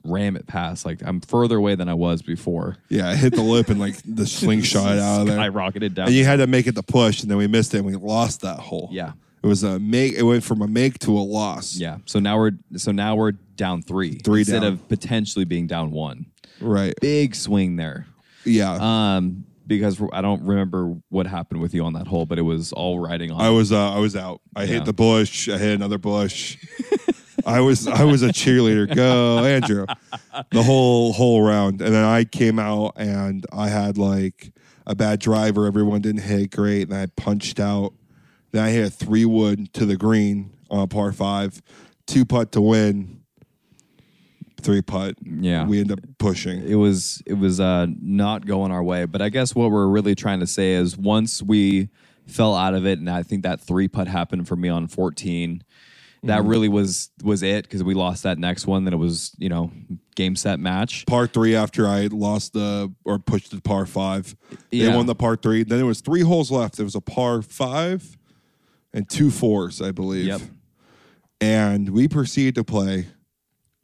ram it past. Like I'm further away than I was before."
Yeah, it hit the lip and like the slingshot out of there.
Skyrocketed down.
And you had to make it the push, and then we missed it, and we lost that hole.
Yeah.
it was a make. It went from a make to a loss.
yeah. So now we're so now we're down three,
Three
instead
down.
of potentially being down one.
right.
Big swing there.
Yeah,
Um, because I don't remember what happened with you on that hole, but it was all riding on.
I was. Uh, I was out. I
Yeah.
hit the bush. I hit another bush. I was. I was a cheerleader. Go, Andrew. The whole whole round, and then I came out, and I had like a bad driver. Everyone didn't hit great, and I punched out. Then I hit a three wood to the green on a par five, two putt to win, three putt.
Yeah.
we end up pushing.
it was it was uh, not going our way. But I guess what we're really trying to say is once we fell out of it, and I think that three putt happened for me on fourteen. That
Mm-hmm.
really was was it because we lost that next one. Then it was you know game set match.
Par three after I lost the or pushed the par five. They
Yeah.
won the par three. Then there was three holes left. There was a par five and two fours, I believe.
Yep.
And we proceeded to play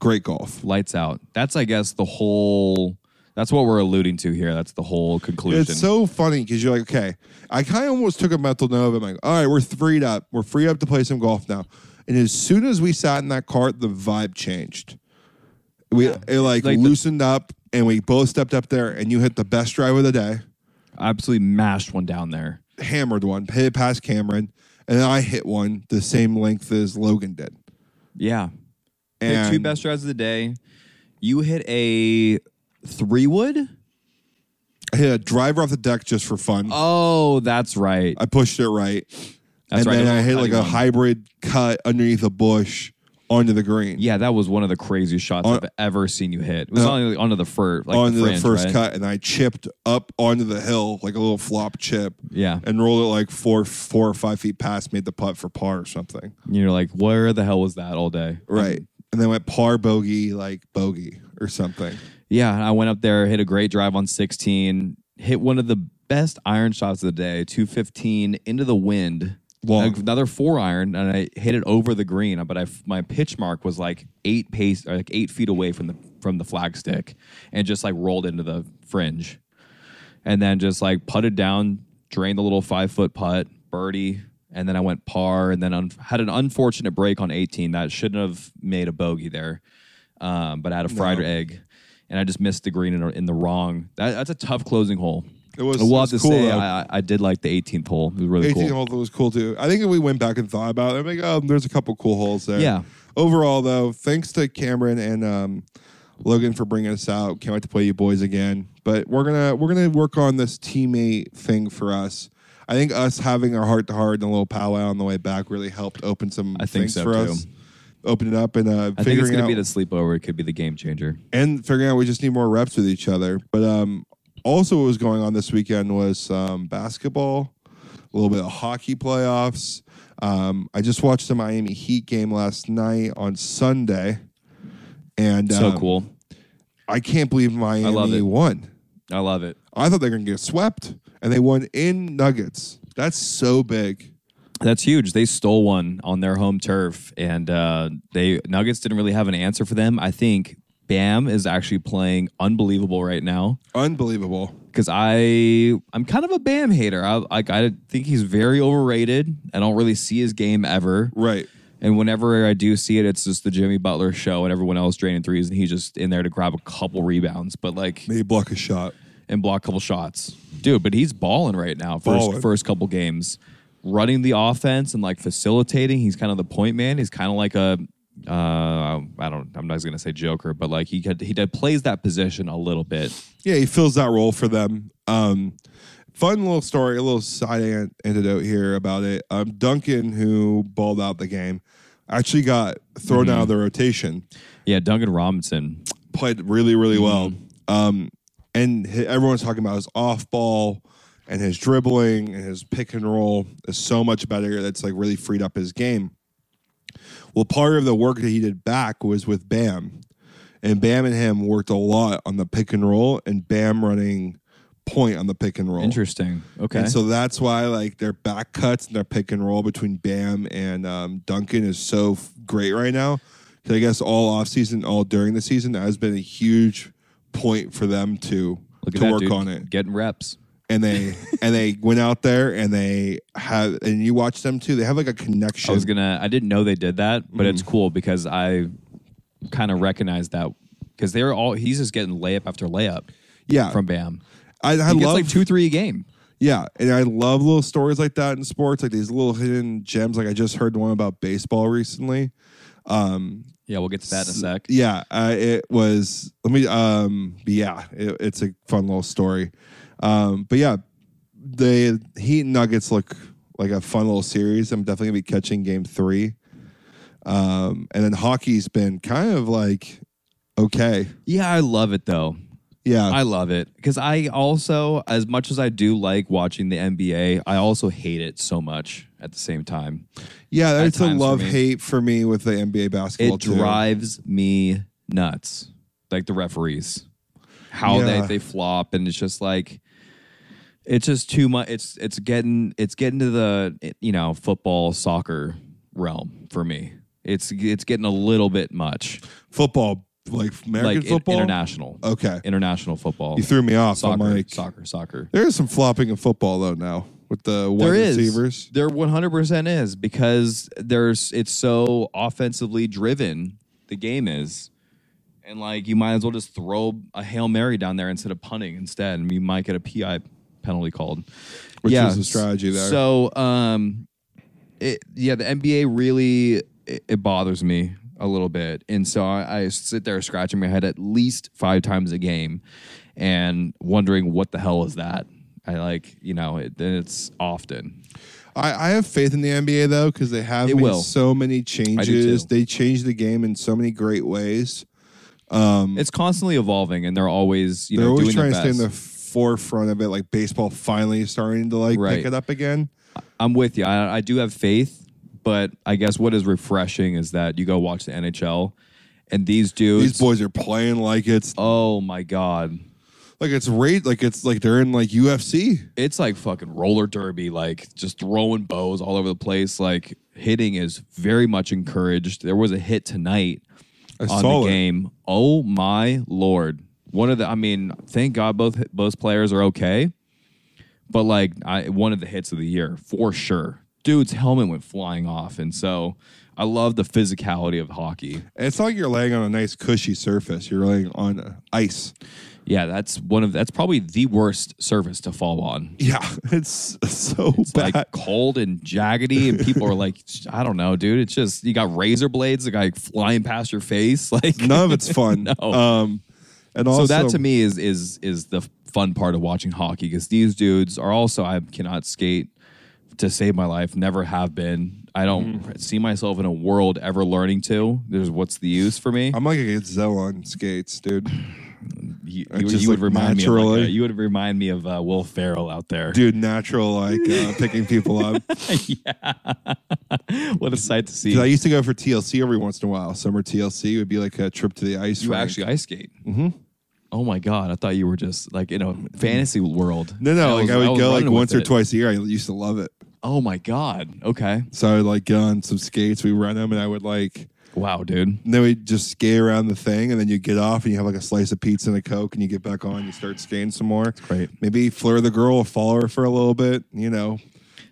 great golf.
lights out. That's I guess the whole. That's what we're alluding to here. That's the whole conclusion.
It's so funny because you're like, okay, I kind of almost took a mental note of it. I'm like, all right, we're freed up. We're freed up to play some golf now. And as soon as we sat in that cart, the vibe changed. We it like,
Like the-
loosened up, and we both stepped up there, and you hit the best drive of the day.
I absolutely mashed one down there.
hammered one, hit past Cameron, and then I hit one the same length as Logan did.
Yeah, hit
And
two best drives of the day. You hit a three wood.
I hit a driver off the deck just for fun.
Oh, that's right.
I pushed it right,
That's
and
right.
then
It
I
was
hit
a
like a
cutting one.
hybrid cut underneath a bush onto the green.
Yeah, that was one of the craziest shots
On-
I've ever seen you hit. It was
Uh,
on onto the first, like
onto
the,
the,
fringe,
first
right?
cut, and I chipped up onto the hill like a little flop chip,
Yeah,
and rolled it like four, four or five feet past, made the putt for par or something.
and you're like, where the hell was that all day?
Right, and then went par bogey like bogey or something.
Yeah, and I went up there, hit a great drive on 16, hit one of the best iron shots of the day, 215 into the wind.
Long.
Another four iron, and I hit it over the green. But I, my pitch mark was like eight pace, or like eight feet away from the from the flag stick, and just like rolled into the fringe, and then just like putted down, drained the little five foot putt, birdie, and then I went par, and then un- had an unfortunate break on 18 that shouldn't have made a bogey there, um, but I had a fried egg, and I just missed the green in, in the wrong. That, that's a tough closing hole.
It was,
We'll
it
have
was
to
cool.
say
though.
I, I did like the 18th hole. It was really
18
cool.
hole was cool too. I think if we went back and thought about it, I'm like, oh, there's a couple cool holes there.
Yeah.
Overall, though, thanks to Cameron and um, Logan for bringing us out. Can't wait to play you boys again. But we're gonna we're gonna work on this teammate thing for us. I think us having our heart to heart and a little powwow on the way back really helped open some
I think
things
so,
for
too.
us. Open it up and uh,
I think it's
figuring
going
out
to be the sleepover. It could be the game changer.
and figuring out we just need more reps with each other. But um, also, what was going on this weekend was um, basketball, a little bit of hockey playoffs. Um, I just watched the Miami Heat game last night on Sunday, and
So
um,
cool.
I can't believe Miami
love it.
won.
I love it.
I thought they were going to get swept, and they won in Nuggets. That's so big.
That's huge. They stole one on their home turf, and uh, they Nuggets didn't really have an answer for them. I think Bam is actually playing unbelievable right now
Unbelievable.
because I I'm kind of a Bam hater. I like I think he's very overrated. I don't really see his game ever.
Right.
And whenever I do see it, it's just the Jimmy Butler show and everyone else draining threes, and he's just in there to grab a couple rebounds, but like
Maybe block a shot.
and block a couple shots, dude. But he's balling right now. First
Ballin'.
first couple games, running the offense and like facilitating. He's kind of the point man. He's kind of like a uh, I don't. I'm not going to say Joker, but like he could, he did, plays that position a little bit.
yeah, he fills that role for them. Um, fun little story, a little side an- antidote here about it. Um, Duncan, who balled out the game, actually got thrown out of the rotation.
Yeah, Duncan Robinson.
Played really, really well. Um, and hi- everyone's talking about his off ball and his dribbling and his pick and roll is so much better. That's like really freed up his game. Well, part of the work that he did back was with Bam. And Bam and him worked a lot on the pick and roll and Bam running point on the pick and roll.
Interesting. Okay.
And so that's why like their back cuts and their pick and roll between Bam and um, Duncan is so f- great right now. 'Cause I guess all off season, all during the season, that has been a huge point for them to
Look at
to
that,
work
dude.
on it.
Getting reps.
And they and they went out there and they have and you watch them too. They have like a connection.
I was gonna. I didn't know they did that, but
Mm.
it's cool because I kind of recognize that because they're all. He's just getting layup after layup
yeah,
from Bam.
I, I
He gets
love
like two, three a game.
Yeah, and I love little stories like that in sports, like these little hidden gems. Like I just heard one about baseball recently.
Yeah, we'll get to that in a sec.
Yeah, uh, it was. Let me. Um, yeah, it, it's a fun little story. Um, but yeah, the Heat and Nuggets look like a fun little series. I'm definitely gonna be catching Game Three. Um, and then hockey's been kind of like okay.
Yeah, I love it though.
Yeah,
I love it because I also, as much as I do like watching the NBA, I also hate it so much at the same time.
yeah, it's a
times for
love
me.
hate for me with the NBA basketball.
It
too.
drives me nuts, like the referees, how
Yeah.
they they flop, and it's just like. It's just too much. It's it's getting it's getting to the you know football soccer realm for me. It's it's getting a little bit much,
football, like American
like in-
football,
international,
Okay.
international football.
You threw me off. I'm
soccer,
like,
soccer, soccer.
there is some flopping in football though now with the wide
There is.
receivers.
There 100% is because there's it's so offensively driven the game is. And like you might as well just throw a Hail Mary down there instead of punting instead and you might get a PI penalty called.
Which is the strategy there.
So, um it yeah, the NBA really it, it bothers me a little bit. And so I, I sit there scratching my head at least 5 times a game and wondering what the hell is that? I like, you know, it, it's often.
I, I have faith in the NBA though because they have
It
made
will.
so many changes.
too.
They changed the game in so many great ways.
It's constantly evolving, and they're always you
Um, They're
know
always
doing their
trying to stay in
best.
the forefront of it. Like baseball finally starting to like
Right.
pick it up again.
I'm with you. I, I do have faith, but I guess what is refreshing is that you go watch the NHL, and these dudes.
These boys are playing like it's
oh my god,
like it's rate like it's like they're in like UFC.
it's like fucking roller derby, like just throwing bows all over the place. Like hitting is very much encouraged. There was a hit tonight
I
on
saw
the
it.
game. Oh my lord! One of the, I mean, thank God both both players are okay, but like I, one of the hits of the year for sure. Dude's helmet went flying off, and so I love the physicality of hockey.
And It's not like you're laying on a nice cushy surface. You're laying on ice.
Yeah, that's one of that's probably the worst surface to fall on.
Yeah, it's so
It's
bad.
like cold and jaggedy, and people are like, I don't know, dude. It's just you got razor blades that like flying past your face. Like
None of it's fun.
No.
Um, and
so
also,
that to me is is is the fun part of watching hockey because these dudes are also I cannot skate to save my life. Never have been. I don't
Mm.
see myself in a world ever learning to. There's what's the use for me?
I'm like a gazelle on skates, dude.
You,
I
you-
just,
you would
like,
remind me of like
naturally-
a- you would remind me of uh, Will Ferrell out there.
Dude, natural like uh, picking people up.
what a sight to see.
Dude, I used to go for TLC every once in a while. Summer TLC would be like a trip to the ice.
you
rink.
actually ice skate.
Mm-hmm.
Oh my god! I thought you were just like in a fantasy world.
No, no,
I
like
was-
I would
was
go like
running with
once or
it.
twice a year. I used to love it.
Oh my god! Okay.
So I would like get on some skates, we run them, and I would like
Wow, dude.
and then we just skate around the thing, and then you get off and you have like a slice of pizza and a coke, and you get back on, you start skating some more.
Great.
Maybe flirt with the girl, follow her for a little bit, you know,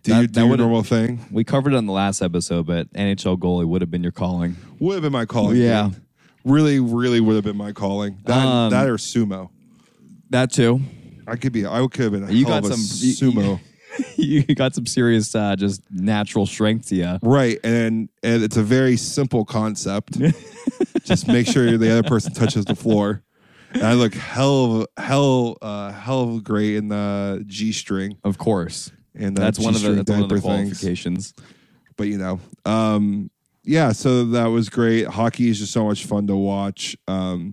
do
That-
your,
that
do your
would've-
normal thing.
We covered it on the last episode, but NHL goalie would have been your calling.
Would have been my calling.
Yeah.
dude. really, really would have been my calling. That
Um,
that or sumo.
That too.
I could be. I could have been. A
You
hell
got
of a
some-
sumo.
you got some serious, uh, just natural strength to you.
Right, and and it's a very simple concept. Just make sure the other person touches the floor. And I look hell of hell uh, hell of great in the G string
Of course,
and the
that's one of the
G-string
that's one of the
diaper things.
qualifications.
But you know, um, yeah. So that was great. Hockey is just so much fun to watch. Um,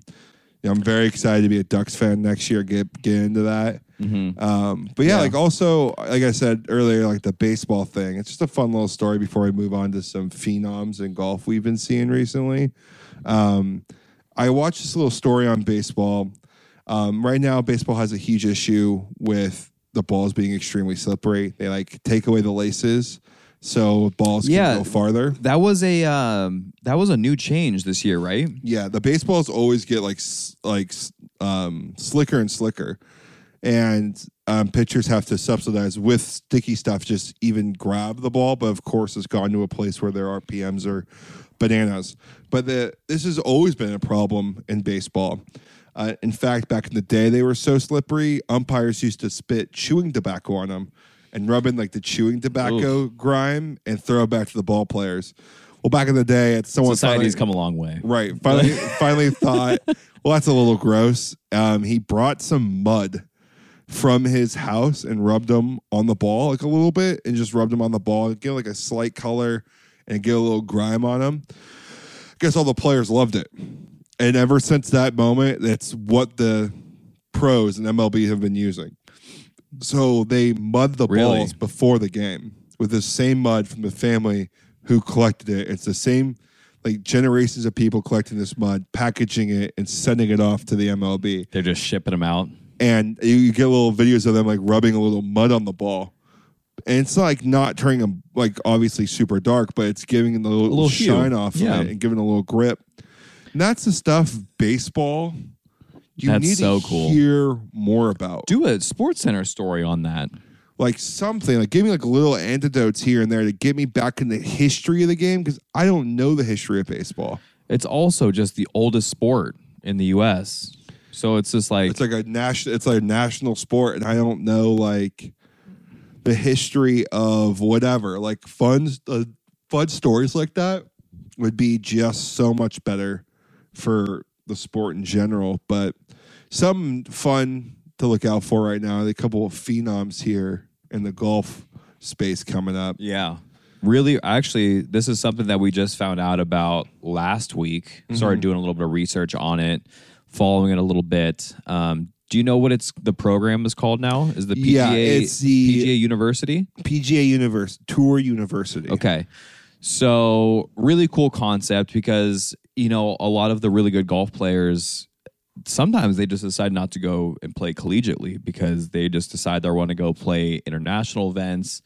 you know, I'm very excited to be a Ducks fan next year. Get get into that.
Mm-hmm.
Um, but yeah,
Yeah.
like also, like I said earlier, like the baseball thing. It's just a fun little story before we move on to some phenoms in golf we've been seeing recently. Um, I watched this little story on baseball. Um, right now, baseball has a huge issue with the balls being extremely slippery. They like take away the laces, so balls
Yeah.
can go farther.
That was a um, that was a new change this year, right?
Yeah, the baseballs always get like s- like s- um, slicker and slicker, and um, pitchers have to subsidize with sticky stuff. Just even grab the ball, but of course, it's gone to a place where their RPMs are bananas. But the this has always been a problem in baseball. Uh, in fact, back in the day, they were so slippery. Umpires used to spit chewing tobacco on them and rub in like the chewing tobacco grime and throw it back to the ball players. Well, back in the day, it's someone
Society's
finally-
come a long way.
Right. Finally, finally thought, well, that's a little gross. Um, he brought some mud from his house and rubbed them on the ball like a little bit and just rubbed them on the ball, get like a slight color and get a little grime on them. Guess all the players loved it. And ever since that moment, that's what the pros and MLB have been using. So they mud the
Really?
balls before the game with the same mud from the family who collected it. It's the same like generations of people collecting this mud, packaging it, and sending it off to the MLB.
They're just shipping them out.
And you- you get little videos of them like rubbing a little mud on the ball. And it's like not turning them like obviously super dark, but it's giving it a little,
little hue.
shine off
Yeah.
of it and giving it a little grip. And that's the stuff baseball you
That's
need
so
to
cool.
hear more about.
Do a Sports Center story on that.
like something, like give me like little antidotes here and there to get me back in the history of the game because I don't know the history of baseball.
It's also just the oldest sport in the U.S. So it's just like,
It's like a national. It's like a national sport, and I don't know like the history of whatever. Like fun, uh, fun stories like that would be just so much better for the sport in general. But some fun to look out for right now. A couple of phenoms here in the golf space coming up.
yeah, really. Actually, this is something that we just found out about last week.
Mm-hmm.
Started doing a little bit of research on it, following it a little bit. Um, do you know what it's the program is called now? Is the PGA
Yeah, it's the-
PGA University?
PGA Universe Tour University.
Okay. So, really cool concept because, you know, a lot of the really good golf players sometimes they just decide not to go and play collegiately because they just decide they want to go play international events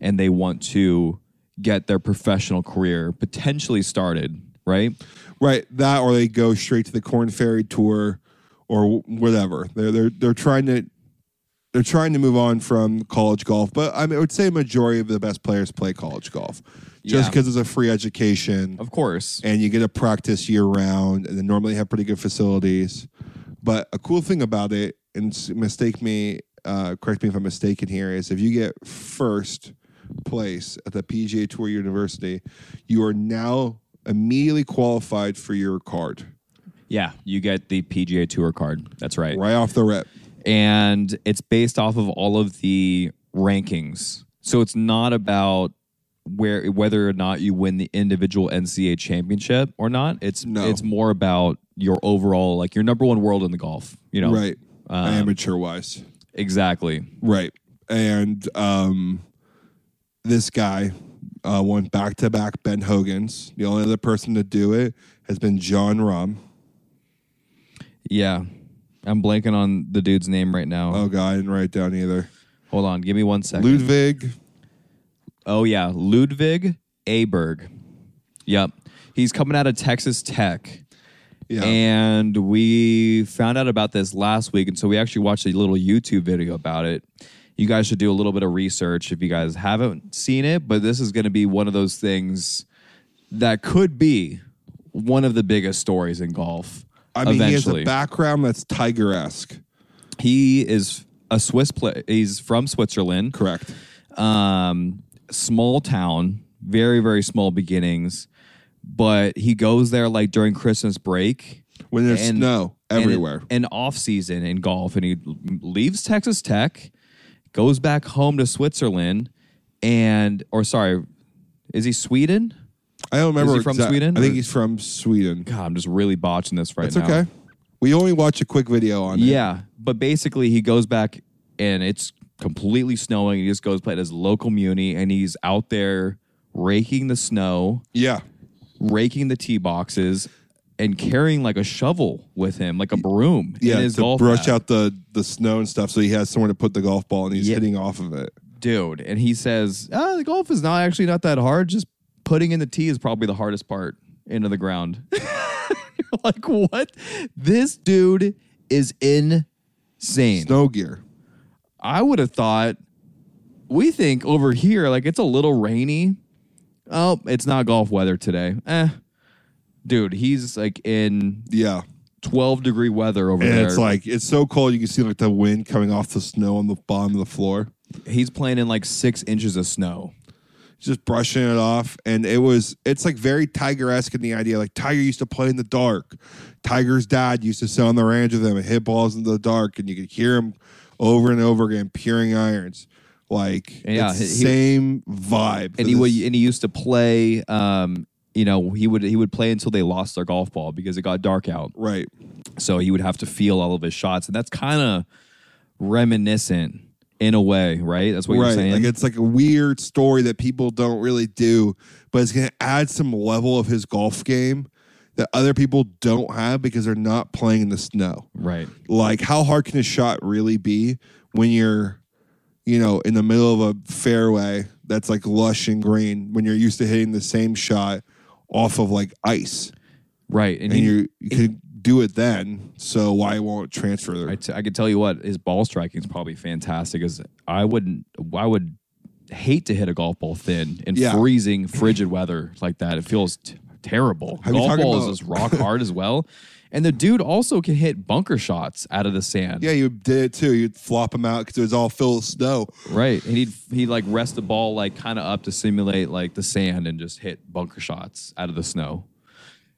and they want to get their professional career potentially started, right?
Right, that or they go straight to the Corn Ferry tour or whatever. They're they're they're trying to they're trying to move on from college golf, but I, mean, I would say a majority of the best players play college golf just
Yeah.
because it's a free education
Of course.
and you get to practice year round and then normally have pretty good facilities. But a cool thing about it, and s- mistake me, uh, correct me if I'm mistaken here, is if you get first place at the PGA Tour University, you are now immediately qualified for your card
Yeah, you get the PGA Tour card. That's right.
right off the rep.
And it's based off of all of the rankings. So it's not about where whether or not you win the individual NCAA championship or not. It's
No.
it's more about your overall like your number one world in the golf, you know.
Right.
Um,
Amateur wise.
Exactly.
Right. And um, this guy uh, won back to back Ben Hogan's. The only other person to do it has been John Rahm.
Yeah. I'm blanking on the dude's name right now.
Oh, God, I didn't write it down either.
Hold on, give me one second.
Ludwig.
Oh yeah, Ludwig Aberg. Yep. He's coming out of Texas Tech.
Yeah.
And we found out about this last week. And so we actually watched a little YouTube video about it. You guys should do a little bit of research if you guys haven't seen it, but this is going to be one of those things that could be one of the biggest stories in golf.
I mean, he
eventually.
has a background that's tiger esque.
he is a Swiss player. He's from Switzerland.
Correct.
um, small town, very very small beginnings, but he goes there like during Christmas break
When there's
And-
snow
and-
everywhere.
and, off season in golf, and he leaves Texas Tech, goes back home to Switzerland, and or sorry, is he Sweden?
I don't remember.
Is he from
exact-
Sweden,
I think
or-
he's from Sweden.
God, I'm just really botching this right
It's
now.
okay. We only watch a quick video on it.
Yeah, but basically he goes back and it's completely snowing. He just goes play at his local muni, and he's out there raking the snow.
Yeah.
raking the tee boxes and carrying like a shovel with him, like a broom
Yeah.
in his
to
golf
brush
bag.
out the, the snow and stuff so he has somewhere to put the golf ball and he's
Yeah.
hitting off of it.
dude. And he says, ah, "The golf is not actually not that hard. Just putting in the tee is probably the hardest part into the ground." You're like, what? This dude is insane.
Snow gear.
I would have thought we think over here like it's a little rainy. Oh, it's not golf weather today. Eh. Dude, he's like in
Yeah.
12 degree weather over
And
there.
it's like it's so cold you can see like the wind coming off the snow on the bottom of the floor.
He's playing in like six inches of snow.
Just brushing it off. And it was it's like very tiger esque in the idea. Like Tiger used to play in the dark. Tiger's dad used to sit on the range with him and hit balls in the dark and you could hear him over and over again peering irons. Like
Yeah,
it's the
he-
same vibe. for
And he would,
this-
and he used to play. Um, you know, he would he would play until they lost their golf ball because it got dark out.
Right.
So he would have to feel all of his shots, and that's kind of reminiscent in a way, right? That's what you're
Right.
saying.
Like it's like a weird story that people don't really do, but it's going to add some level of his golf game that other people don't have because they're not playing in the snow.
right.
Like how hard can a shot really be when you're you know in the middle of a fairway that's like lush and green when you're used to hitting the same shot off of like ice
Right. And,
and
he,
you you could do it then so why won't it transfer there
I, t- I can tell you what, his ball striking is probably fantastic. Because I wouldn't, I would hate to hit a golf ball thin in
Yeah.
freezing, frigid weather like that. It feels t- terrible.
Have you
golf
talking
ball
about-
is just rock hard as well. And the dude also can hit bunker shots out of the sand.
yeah you did it too you'd flop them out because it was all filled with snow
Right. And he'd he like rest the ball like kind of up to simulate like the sand and just hit bunker shots out of the snow.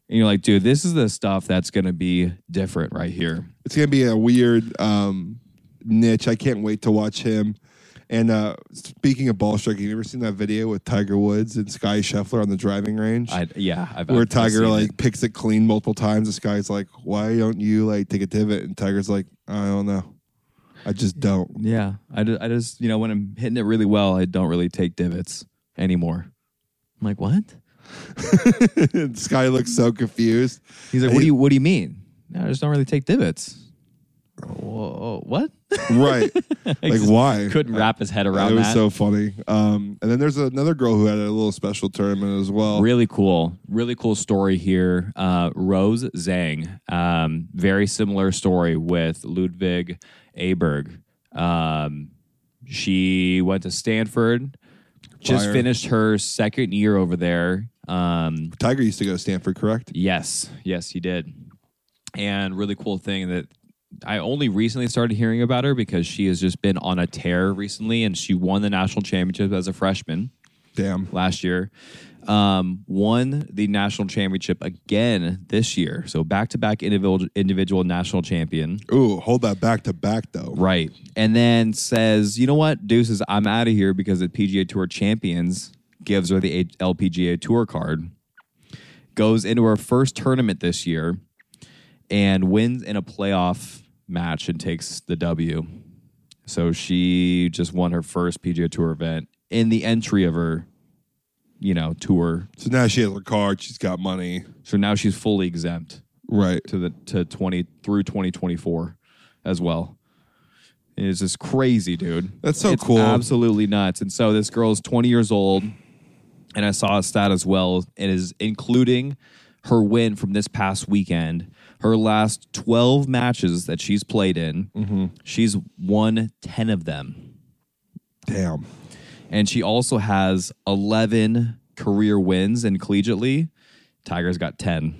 And you're like, dude, this is the stuff that's gonna be different right here.
It's gonna be a weird um, niche. I can't wait to watch him. And uh, speaking of ball striking, you ever seen that video with Tiger Woods and Sky Scheffler on the driving range,
I yeah, I've
where
I've
Tiger
seen it.
like picks it clean multiple times? The Sky's like, "Why don't you like take a divot?" And Tiger's like, "I don't know, I just don't."
Yeah, I just, I just you know when I'm hitting it really well, I don't really take divots anymore. I'm like, what?
and Sky looks so confused.
He's like, what do you what do you mean? No, I just don't really take divots. Whoa, what?
Right? like why?
Couldn't wrap his head
It
around
was
that.
so funny. Um, and then there's another girl who had a little special tournament as well.
Really cool, really cool story here. Uh, Rose Zhang, um, very similar story with Ludwig Aberg. Um, she went to Stanford, just
Fire.
finished her second year over there. Um,
Tiger used to go to Stanford, correct?
Yes, yes, he did. And really cool thing that I only recently started hearing about her because she has just been on a tear recently, and she won the national championship as a freshman
Damn.
last year. Um, won the national championship again this year, so back to back individual individual national champion.
Ooh, hold that back to back though.
Right. And then says, you know what, Deuces, I'm out of here because the PGA Tour champions gives her the H- LPGA Tour card. Goes into her first tournament this year and wins in a playoff match and takes the W. So she just won her first PGA Tour event in the entry of her, you know, tour.
So now she has her card. She's got money.
So now she's fully exempt
Right.
to the to 20 through 2024 as well. And it's just crazy, dude.
That's so
It's
cool.
Absolutely nuts. And so this girl's 20 years old and I saw a stat as well. It is including her win from this past weekend. Her last 12 matches that she's played in,
Mm-hmm.
she's won 10 of them.
Damn.
And she also has 11 career wins in collegiately. Tiger's got 10.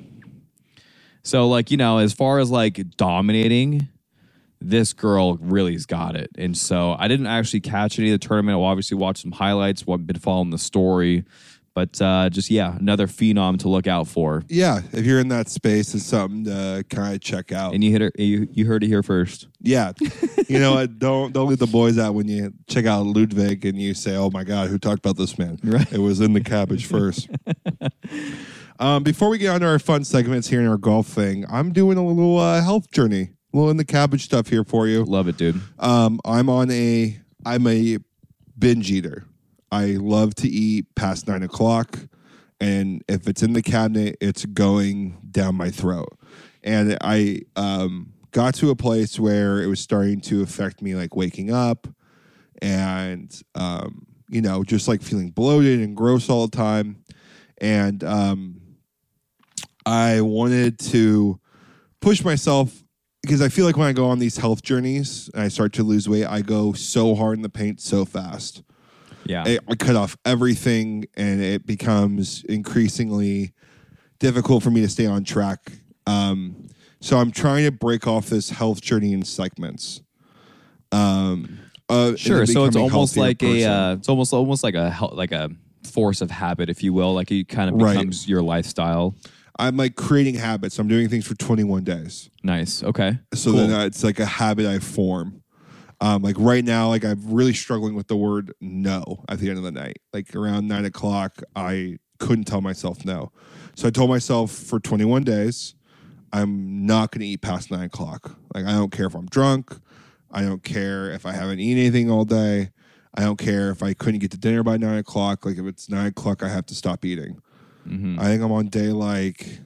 So, like, you know, as far as like dominating, this girl really's got it. And so I didn't actually catch any of the tournament. I obviously watched some highlights, well, I've been following the story. But uh, just, yeah, another phenom to look out for.
Yeah. If you're in that space, it's something to kind of check out.
And you, hit her, you, you heard it here first.
yeah. you know what? Don't don't leave the boys out when you check out Ludwig and you say, "Oh my God, who talked about this man?" Right. It was in the cabbage first. um, before we get on to our fun segments here in our golf thing, I'm doing a little uh, health journey, a little in the cabbage stuff here for you.
Love it, dude.
Um, I'm on a I'm a binge eater. I love to eat past nine o'clock, and if it's in the cabinet, it's going down my throat. And I um, got to a place where it was starting to affect me, like waking up, and um, you know, just like feeling bloated and gross all the time. And um, I wanted to push myself because I feel like when I go on these health journeys and I start to lose weight, I go so hard in the paint so fast.
Yeah.
I, I cut off everything and it becomes increasingly difficult for me to stay on track. Um, so I'm trying to break off this health journey in segments. Um, uh,
Sure.
into
So it's
becoming
almost
healthier
like a
person.
uh, it's almost almost like a hel- like a force of habit, if you will. Like it kind of
Right.
becomes your lifestyle.
I'm like creating habits. I'm doing things for 21 days.
Nice. Okay.
So
Cool.
then uh, it's like a habit I form. Um, like right now, like I'm really struggling with the word no at the end of the night. Like around nine o'clock, I couldn't tell myself no. So I told myself for 21 days, I'm not going to eat past nine o'clock. Like I don't care if I'm drunk. I don't care if I haven't eaten anything all day. I don't care if I couldn't get to dinner by nine o'clock. Like if it's nine o'clock, I have to stop eating.
Mhm.
I think I'm on day like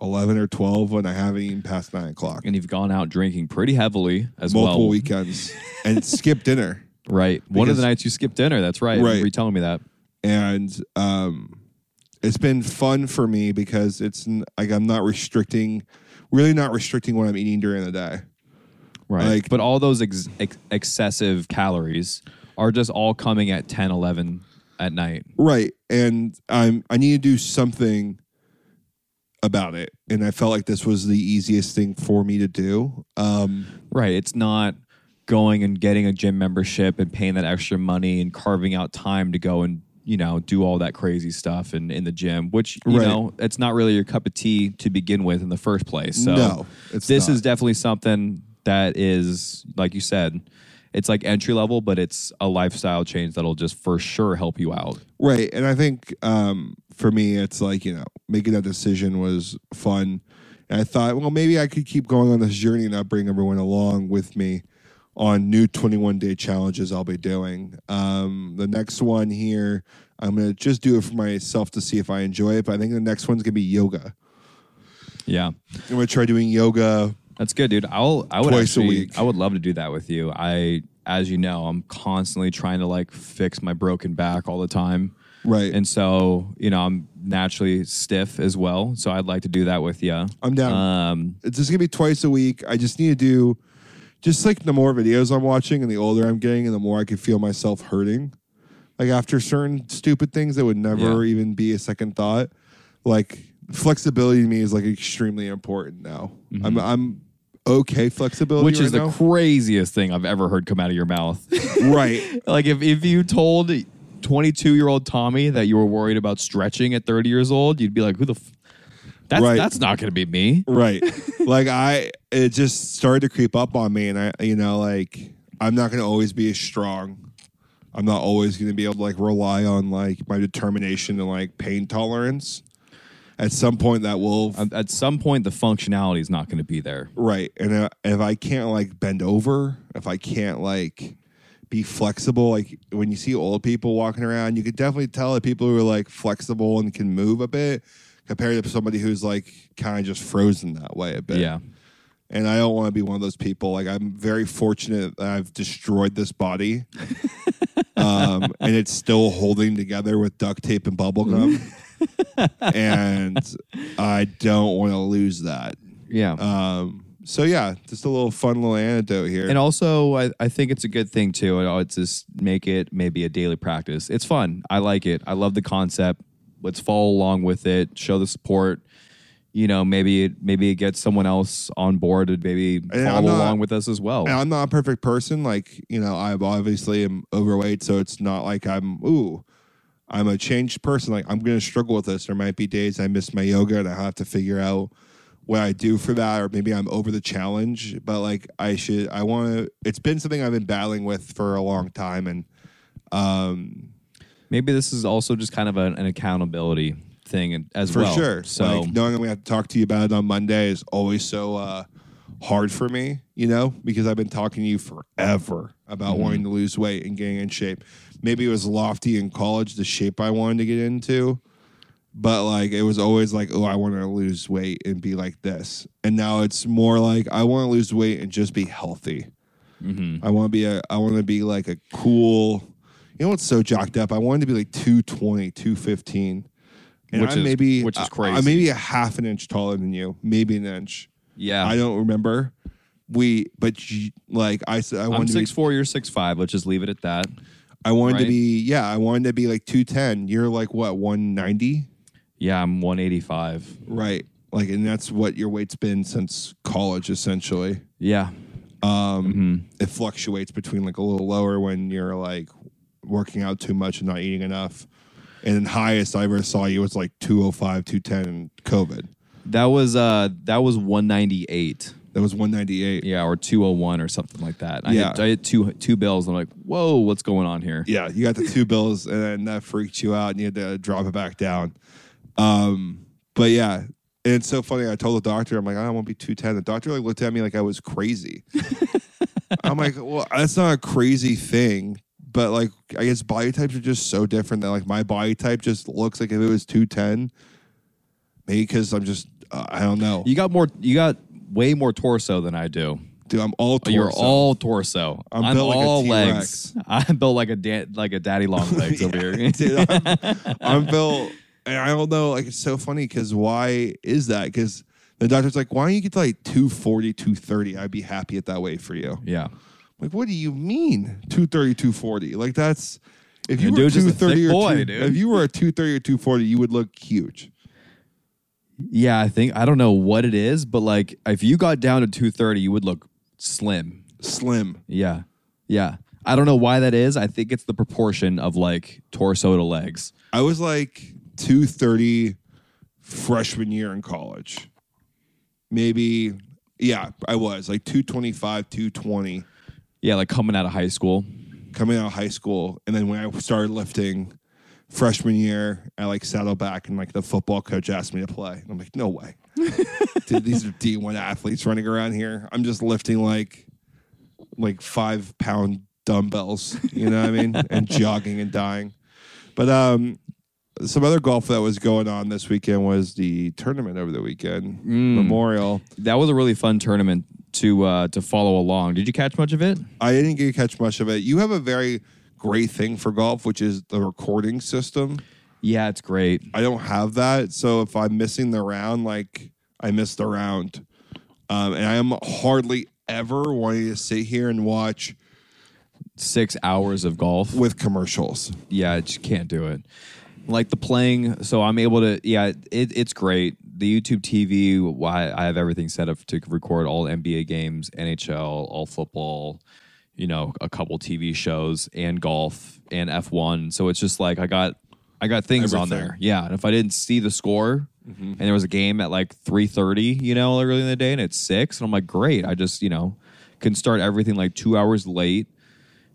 11 or 12 when I haven't eaten past nine o'clock
and you've gone out drinking pretty heavily as
multiple
well.
weekends and skip dinner.
Right. One of
Because-
the nights you skipped dinner. That's right.
Right.
You were telling me that.
And um, it's been fun for me because it's n- like I'm not restricting, really not restricting what I'm eating during the day.
Right.
Like-
but all those ex- ex- excessive calories are just all coming at 10, 11 at night.
Right. And I'm I need to do something about it. And I felt like this was the easiest thing for me to do. Um,
Right. It's not going and getting a gym membership and paying that extra money and carving out time to go and you know do all that crazy stuff and in the gym, which you
Right.
know it's not really your cup of tea to begin with in the first place. So
No, it's
this
not.
is definitely something that is like you said. It's like entry level, but it's a lifestyle change that'll just for sure help you out.
Right. And I think um, for me, it's like, you know, making that decision was fun. And I thought, well, maybe I could keep going on this journey and not bring everyone along with me on new 21 day challenges I'll be doing. Um, the next one here, I'm going to just do it for myself to see if I enjoy it. But I think the next one's going to be yoga.
Yeah.
I'm going to try doing yoga.
That's good, dude. I'll I would
Twice a
actually,
week.
I would love to do that with you. I as you know, I'm constantly trying to like fix my broken back all the time.
Right.
And so, you know, I'm naturally stiff as well. So I'd like to do that with you.
I'm down.
Um,
it's just gonna be twice a week. I just need to do just like the more videos I'm watching and the older I'm getting and the more I can feel myself hurting. Like after certain stupid things that would never even be a second thought. Like flexibility to me is like extremely important now. I'm I'm okay flexibility,
Mm-hmm. which is
right
the
now.
craziest thing I've ever heard come out of your mouth.
right.
like if, if you told 22 year old Tommy that you were worried about stretching at 30 years old, you'd be like, who the f- that's
Right.
that's not going to be me.
Right. like I it just started to creep up on me and I you know, like I'm not gonna always be as strong. I'm not always gonna be able to like rely on like my determination and like pain tolerance. At some point that will
At- At some point, the functionality is not going to be there.
right. And uh, if I can't like bend over, if I can't like be flexible, like when you see old people walking around, you could definitely tell that people who are like flexible and can move a bit compared to somebody who's like kind of just frozen that way a bit.
yeah.
and I don't want to be one of those people. Like I'm very fortunate that I've destroyed this body, um, and it's still holding together with duct tape and bubble gum. and I don't want to lose that.
Yeah.
Um, so yeah, just a little fun little anecdote here.
and also, I, I think it's a good thing too. and I'll just make it maybe a daily practice. It's fun. I like it. I love the concept. Let's follow along with it. Show the support. You know, maybe it maybe it gets someone else on board and maybe
I'm
follow
not-
along with us as well.
And I'm not a perfect person. Like, you know, I obviously am overweight, so it's not like I'm ooh, I'm a changed person. Like I'm gonna struggle with this. There might be days I miss my yoga and I have to figure out what I do for that, or maybe I'm over the challenge. But like I should I wanna it's been something I've been battling with for a long time and um
Maybe this is also just kind of an, an accountability thing and- as
for
well.
sure.
So
like knowing I'm gonna have to talk to you about it on Monday is always so uh hard for me, you know, because I've been talking to you forever about
Mm-hmm.
wanting to lose weight and getting in shape. Maybe it was lofty in college, the shape I wanted to get into. But like it was always like, oh, I want to lose weight and be like this. And now it's more like I want to lose weight and just be healthy.
mm-hmm.
I want to be a I want to be like a cool you know what's so jocked up? I wanted to be like 220, 215. And
Which
I'm
is-
maybe
which is
I-
crazy.
I'm maybe a half an inch taller than you, maybe an inch.
yeah,
I don't remember. We but you, like I said I
I'm
wanted to
six
be,
four, you're six five. Let's just leave it at that.
I wanted to
right?
be yeah, I wanted to be like 210. You're like what, 190?
Yeah, I'm 185.
Right. Like and that's what your weight's been since college essentially. Um,
Yeah, Mm-hmm.
it fluctuates between like a little lower when you're like working out too much and not eating enough. And then highest I ever saw you was like 205, 210 in COVID.
that was uh that was 198.
That was 198.
Yeah, or 201 or something like that. I
Yeah.
had, I had two two bills. I'm like, whoa, what's going on here?
Yeah, you got the two bills and then that freaked you out and you had to drop it back down. Um, but yeah, and it's so funny. I told the doctor, I'm like, I don't want to be 210. The doctor like looked at me like I was crazy. I'm like, well, that's not a crazy thing. But like, I guess body types are just so different that like my body type just looks like if it was 210, maybe because I'm just, uh, I don't know.
You got more. You got way more torso than I do.
Dude, I'm all torso.
Oh, You're all torso.
I'm
I'm,
built like a
all
T-Rex.
legs. I'm built like a da- like a daddy long legs over here.
Dude, I'm, I'm built, and I don't know. Like, it's so funny because why is that? Because the doctor's like, why don't you get to like 240, 230? I'd be happy at that weight for you.
yeah.
Like, what do you mean 230, 240? Like, that's if you
The
were
dude's just a
230
thick
or
boy,
two,
dude.
if you were a 230 or 240, you would look huge.
Yeah, I think I don't know what it is, but like if you got down to 230, you would look slim.
Slim.
Yeah. Yeah. I don't know why that is. I think it's the proportion of like torso to legs.
I was like 230 freshman year in college. Maybe, yeah, I was like 225, 220.
Yeah, like coming out of high school.
coming out of high school, and then when I started lifting freshman year, I like saddled back, and like the football coach asked me to play. And I'm like, no way, Dude, these are D1 athletes running around here. I'm just lifting like like five pound dumbbells, you know what I mean, and jogging and dying. But um, some other golf that was going on this weekend was the tournament over the weekend, Memorial.
That was a really fun tournament to uh to follow along. Did you catch much of it?
I didn't get to catch much of it. You have a very great thing for golf, which is the recording system.
Yeah, it's great.
I don't have that. So if I'm missing the round, like I missed the round. Um, and I am hardly ever wanting to sit here and watch
6 hours of golf.
with commercials.
Yeah, I just can't do it. Like the playing, so I'm able to yeah, it, it's great. the YouTube TV, why I have everything set up to record all NBA games, NHL, all football, you know, a couple TV shows and golf and F1. So it's just like I got I got things on
Everything.
there. Yeah, and if I didn't see the score and there was a game at like 3:30, you know, early in the day and it's 6 and I'm like, "Great, I just, you know, can start everything like 2 hours late."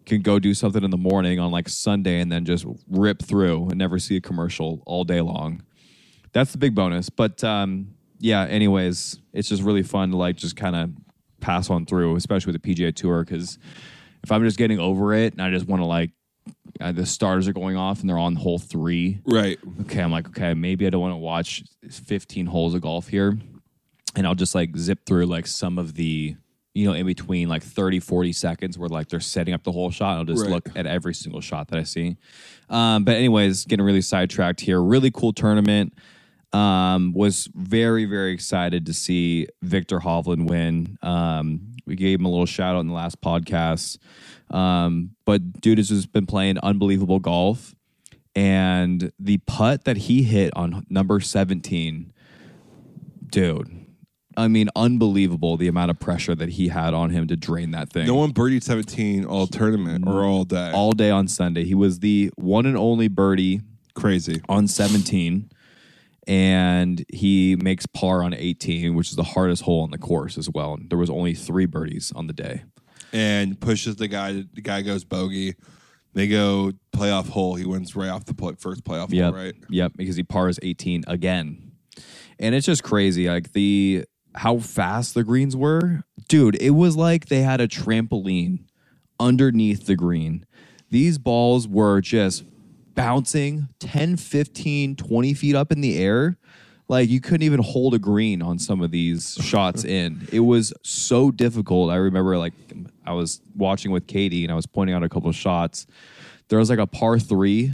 Can go do something in the morning on like Sunday and then just rip through and never see a commercial all day long that's the big bonus. But um, yeah, anyways, it's just really fun to like just kind of pass on through, especially with the PGA Tour, because if I'm just getting over it and I just want to like uh, the starters are going off and they're on hole three.
Right.
Okay, I'm like, okay, maybe I don't want to watch 15 holes of golf here, and I'll just like zip through like some of the. You know, in between like 30, 40 seconds where like they're setting up the whole shot. I'll just
Right.
look at every single shot that I see. Um, but, anyways, getting really sidetracked here. Really cool tournament um, was very, very excited to see Victor Hovland win. Um, we gave him a little shout out in the last podcast. Um, but dude has just been playing unbelievable golf. And the putt that he hit on number 17, dude, I mean, unbelievable the amount of pressure that he had on him to drain that thing
No one birdied 17 all tournament or all day.
all day on Sunday. He was the one and only birdie
Crazy.
on 17 and he makes par on 18 which is the hardest hole on the course as well there was only three birdies on the day
And pushes the guy. The guy goes bogey. They go playoff hole. He wins right off the play, first playoff
yep
hole, right?
yep because he pars 18 again and it's just crazy like the how fast the greens were dude it was like they had a trampoline underneath the green these balls were just bouncing 10 15 20 feet up in the air like you couldn't even hold a green on some of these shots in it was so difficult i remember like i was watching with katie and i was pointing out a couple of shots there was like a par three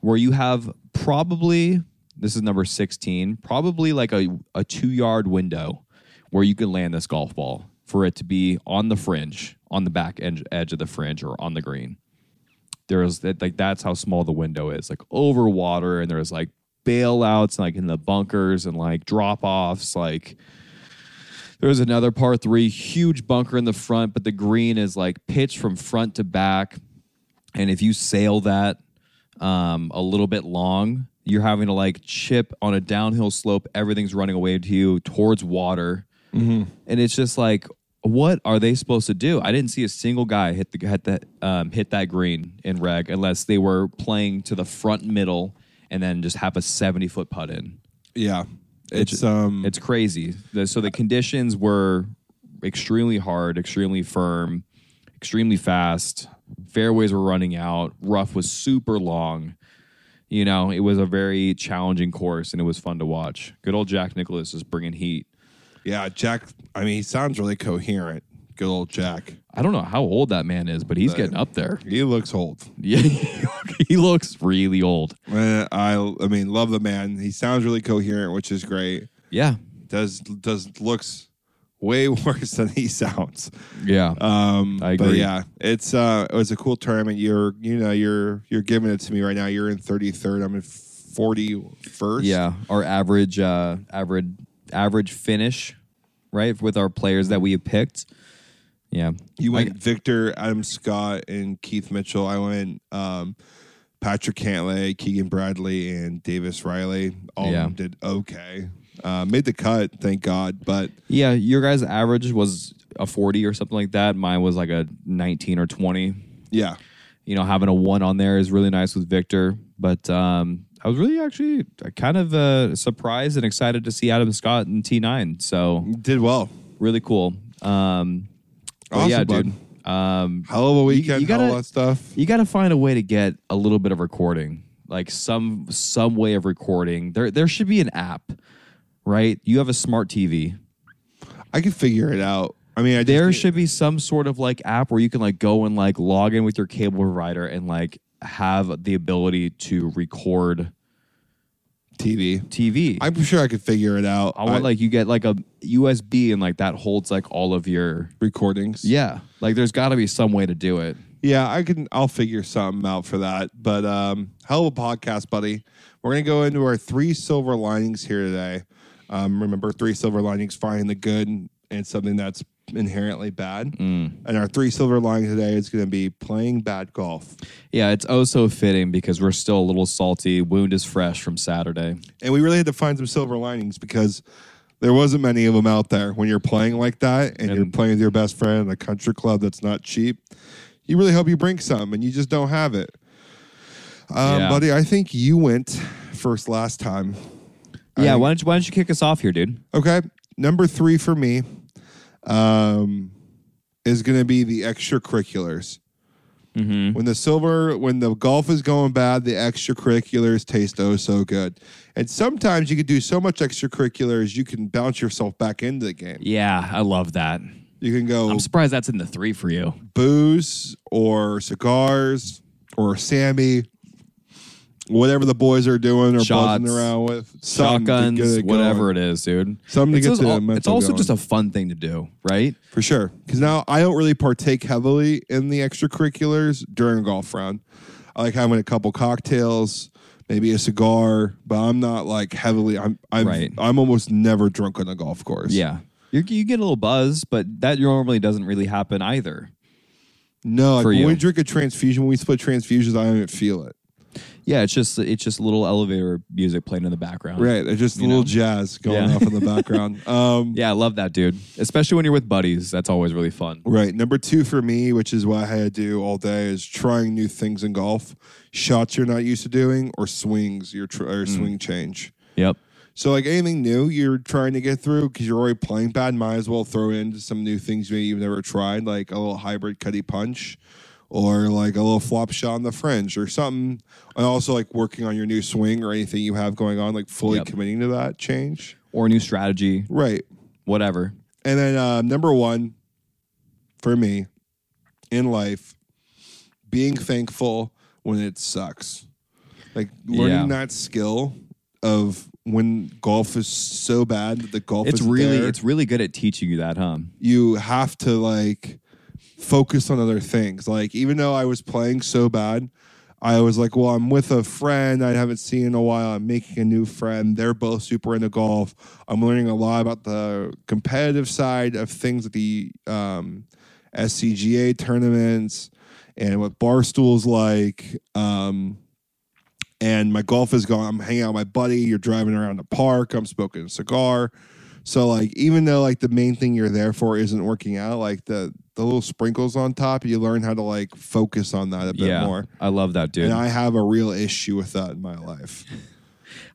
where you have probably this is number 16 probably like a, a two yard window where you can land this golf ball for it to be on the fringe on the back edge, edge of the fringe or on the green there's that like that's how small the window is like over water and there's like bailouts like in the bunkers and like drop offs like there was another par three huge bunker in the front but the green is like pitched from front to back and if you sail that um, a little bit long, you're having to like chip on a downhill slope. Everything's running away to you towards water, and it's just like, what are they supposed to do? I didn't see a single guy hit the hit that um, hit that green in reg unless they were playing to the front middle and then just have a seventy foot putt in.
Yeah. It's, um
It's crazy. The- So the conditions were extremely hard, extremely firm, extremely fast. Fairways were running out. Rough was super long. You know, it was a very challenging course, and it was fun to watch. Good old Jack Nicholas is bringing heat.
yeah, Jack I mean, he sounds really coherent. Good old Jack.
I don't know how old that man is, but he's getting up there.
He looks old.
Yeah, he looks really old.
Uh, I I mean, love the man. He sounds really coherent, which is great.
Yeah,
Does does looks way worse than he sounds.
yeah.
Um,
I
But
agree.
yeah, it's uh, it was a cool tournament. You're you know you're you're giving it to me right now. You're in 33rd. I'm in 41st.
Yeah, our average, uh, average, average finish, right, with our players that we have picked. Yeah,
You
I-
went Victor, Adam Scott, and Keith Mitchell. I went um, Patrick Cantlay, Keegan Bradley, and Davis Riley. All
Yeah.
of them did okay. Uh, made the cut, thank God. But
yeah. Your guys' average was a forty or something like that. Mine was like a nineteen or twenty.
yeah,
You know, having a one on there is really nice with Victor. But um, I was really actually kind of uh, surprised and excited to see Adam Scott in T nine. So
did well.
really cool. Um, but
Awesome,
yeah,
bud.
dude. Um,
Hell of a weekend.
you gotta-
hell of a lot of stuff.
you got to find a way to get a little bit of recording like some some way of recording there there should be an app right you have a smart tv
I can figure it out. I mean, I just
there
need-
should be some sort of like app where you can like go and like log in with your cable provider and like have the ability to record
TV.
tv i,
I'm sure I could figure it out.
want like you get like a usb and like that holds like all of your
recordings.
yeah like there's got to be some way to do it
Yeah, I can. I'll figure something out for that. But um, hell of a podcast, buddy. We're gonna go into our three silver linings here today. Um, remember, three silver linings find the good and, and something that's inherently bad.
Mm.
And our three silver lining today is going to be playing bad golf.
Yeah, it's oh so fitting because we're still a little salty. Wound is fresh from Saturday.
And we really had to find some silver linings because there wasn't many of them out there. When you're playing like that and, you're playing with your best friend in a country club that's not cheap, you really hope you bring some and you just don't have it. Um,
Yeah.
Buddy, I think you went first last time.
yeah, why don't you, why don't you kick us off here, dude?
Okay. Number three for me um, is going to be the extracurriculars.
Mm-hmm.
When the silver, when the golf is going bad, the extracurriculars taste oh so good. And sometimes you can do so much extracurriculars, you can bounce yourself back into the game.
Yeah, I love that.
You can go
I'm surprised that's in the three for you.
booze or cigars or Sammy, whatever the boys are doing or
Shots,
buzzing around with. something to
Shotguns,
get it going.
whatever it is, dude.
Something to
it's
get
just
the
al-
mental
It's also
going.
just a fun thing to do, right?
For sure. Because now I don't really partake heavily in the extracurriculars during a golf round. I like having a couple cocktails, maybe a cigar, but I'm not like heavily. I'm I'm
Right.
I'm almost never drunk on a golf course.
Yeah. you you get a little buzz, but that normally doesn't really happen either.
No, like
For
when
you.
we drink a transfusion, when we split transfusions, I don't even feel it.
Yeah, it's just it's just a little elevator music playing in the background.
Right. There's just
Oh.
a
You
little
know?
jazz going
Yeah.
off in the background. Um,
Yeah, I love that, dude. Especially when you're with buddies, that's always really fun.
Right. Number two for me, which is what I had to do all day, is trying new things in golf, shots you're not used to doing, or swings, your tr-
Mm.
or swing change.
Yep.
So like anything new you're trying to get through because you're already playing bad, might as well throw in some new things maybe you've never tried, like a little hybrid cutty punch, or like a little flop shot on the fringe or something. And also like working on your new swing or anything you have going on, like fully
Yep.
committing to that change.
Or a new strategy,
Right.
whatever.
And then uh, number one for me in life, being thankful when it sucks. Like learning
Yeah.
that skill of when golf is so bad that the golf
It's
is
really
there,
it's really good at teaching you that, huh?
you have to like focus on other things. Like even though I was playing so bad, I was like, well, I'm with a friend I haven't seen in a while. I'm making a new friend. They're both super into golf. I'm learning a lot about the competitive side of things at the um, SCGA tournaments and what Barstool's like. Um, and my golf is gone. I'm hanging out with my buddy. You're driving around the park. I'm smoking a cigar. So like even though like the main thing you're there for isn't working out, like the the little sprinkles on top, you learn how to like focus on that a bit
yeah.
more.
I love that, dude.
And I have a real issue with that in my life.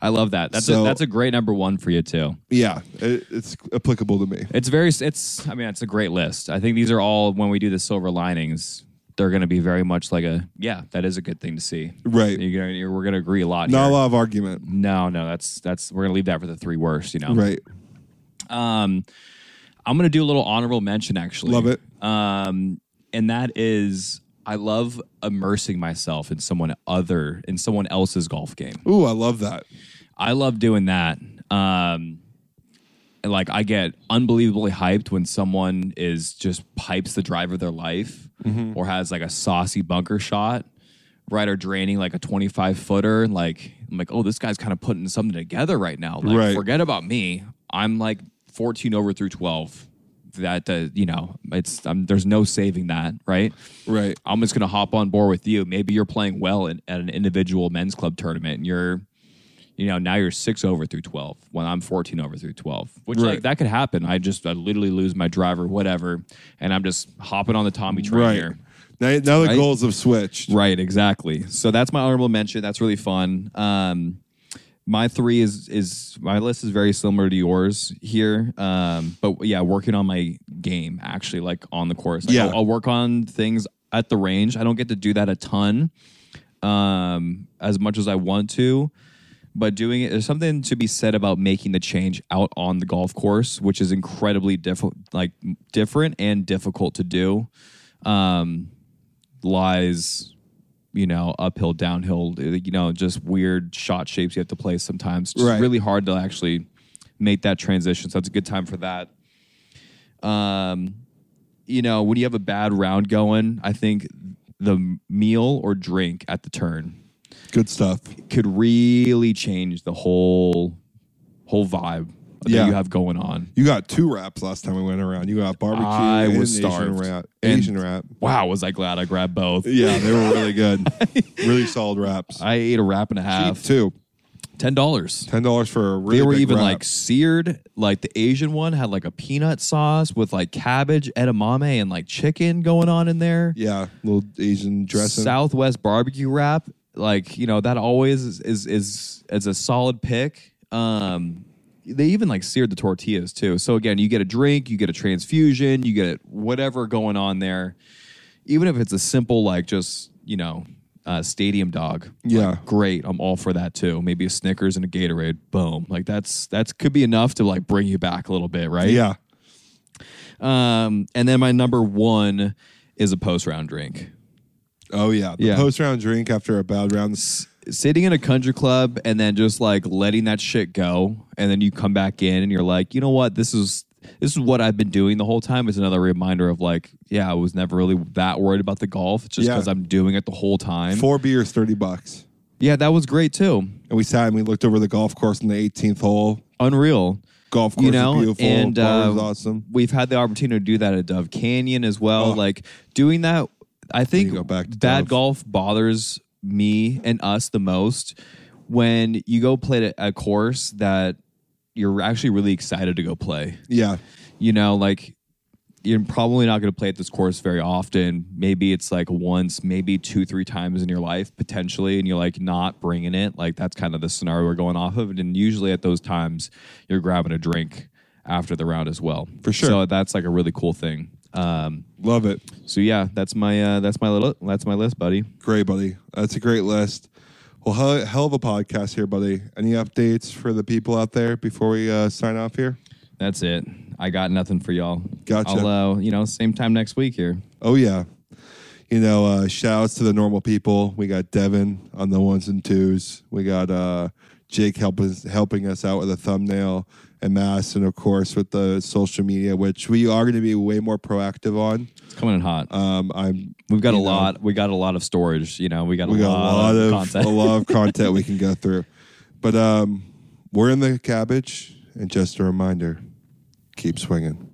I love that. That's
So-
a, that's a great number one for you too.
Yeah, it, it's applicable to me.
It's very it's I mean it's a great list. I think these are all when we do the silver linings, they're going to be very much like a yeah that is a good thing to see.
Right.
You're gonna, you're, we're going to agree a lot.
Not a
here.
lot of argument.
No, no, that's that's we're going to leave that for the three worst. You know.
Right.
Um, I'm gonna do a little honorable mention actually.
Love it.
Um, and that is I love immersing myself in someone other in someone else's golf game.
Ooh, I love that.
I love doing that. Um, and, like I get unbelievably hyped when someone is just pipes the drive of their life or has like a saucy bunker shot. Right or draining like a 25 footer, like I'm like, oh, this guy's kind of putting something together right now. Like,
Right.
forget about me. I'm like 14 over through 12. That uh, you know, it's um, there's no saving that, right?
Right.
I'm just gonna hop on board with you. Maybe you're playing well in, at an individual men's club tournament, and you're, you know, now you're six over through twelve when I'm fourteen over through twelve, which
Right.
like that could happen. I just I literally lose my driver, whatever, and I'm just hopping on the Tommy train
Right.
here.
Now, now the
Right?
goals have switched.
Right, exactly. So that's my honorable mention. That's really fun. Um, my three is is my list is very similar to yours here. Um, but yeah, working on my game actually, like on the course. Like,
Yeah.
I'll, I'll work on things at the range. I don't get to do that a ton, um, as much as I want to. But doing it, there's something to be said about making the change out on the golf course, which is incredibly diff- like different and difficult to do Um, lies, you know, uphill, downhill, uh, you know, just weird shot shapes you have to play sometimes. It's just
Right.
really hard to actually make that transition. So it's a good time for that. Um, you know, when you have a bad round going, I think the meal or drink at the turn
Good stuff.
could really change the whole whole vibe that
Yeah.
you have going on.
You got two wraps last time we went around. You got barbecue
I
and
was
Asian
starved.
wrap.
And-
Asian wrap.
Wow, was I glad I grabbed both.
Yeah, they were really good. really solid wraps.
I ate a wrap and a
Cheap
half.
too.
Ten dollars.
Ten dollars for a really.
they were
big
even
wrap.
like seared. Like the Asian one had like a peanut sauce with like cabbage, edamame, and like chicken going on in there.
yeah, little Asian dressing.
Southwest barbecue wrap. Like you know that always is is is, is a solid pick. Um, they even like seared the tortillas too. So again, you get a drink, you get a transfusion, you get whatever going on there. Even if it's a simple like just you know uh, stadium dog.
Yeah.
great. I'm all for that too. Maybe a Snickers and a Gatorade. Boom. Like that's that's could be enough to like bring you back a little bit, right?
yeah.
Um, and then my number one is a post round drink.
Oh yeah. The
Yeah.
post round drink after a bad round.
s- sitting in a country club and then just like letting that shit go and then you come back in and you're like you know what this is this is what i've been doing the whole time is another reminder of like yeah i was never really that worried about the golf just
Yeah.
because i'm doing it the whole time
Four beers, thirty bucks.
yeah that was great too
And we sat and we looked over the golf course in the 18th hole.
unreal
Golf course
you know
is beautiful.
and
Bar is
uh,
awesome.
we've had the opportunity to do that at dove canyon as well
Oh.
like doing that i think
go back to
bad
Dove.
golf bothers me and us the most when you go play a a course that you're actually really excited to go play
Yeah.
you know like you're probably not going to play at this course very often maybe it's like once maybe two three times in your life potentially and you're like not bringing it like that's kind of the scenario we're going off of and usually at those times you're grabbing a drink after the round as well
For sure.
so that's like a really cool thing um,
Love it.
so yeah that's my uh, that's my little that's my list buddy
Great, buddy. That's a great list. Well, hell, hell of a podcast here, buddy. Any updates for the people out there before we uh, sign off here?
that's it i got nothing for y'all
Gotcha.
I'll, uh, you know same time next week here
Oh, yeah. You know, uh, shout outs to the normal people. We got Devin on the ones and twos. We got uh, Jake helping us, helping us out with a thumbnail and mass, and of course with the social media, which we are going to be way more proactive on.
it's coming in hot
Um, I'm
We've got
you
a
know.
lot. We got a lot of storage. You know, we got,
we
a,
got
lot of content.
a lot of content we can go through. But um, we're in the cabbage, and just a reminder, keep swinging.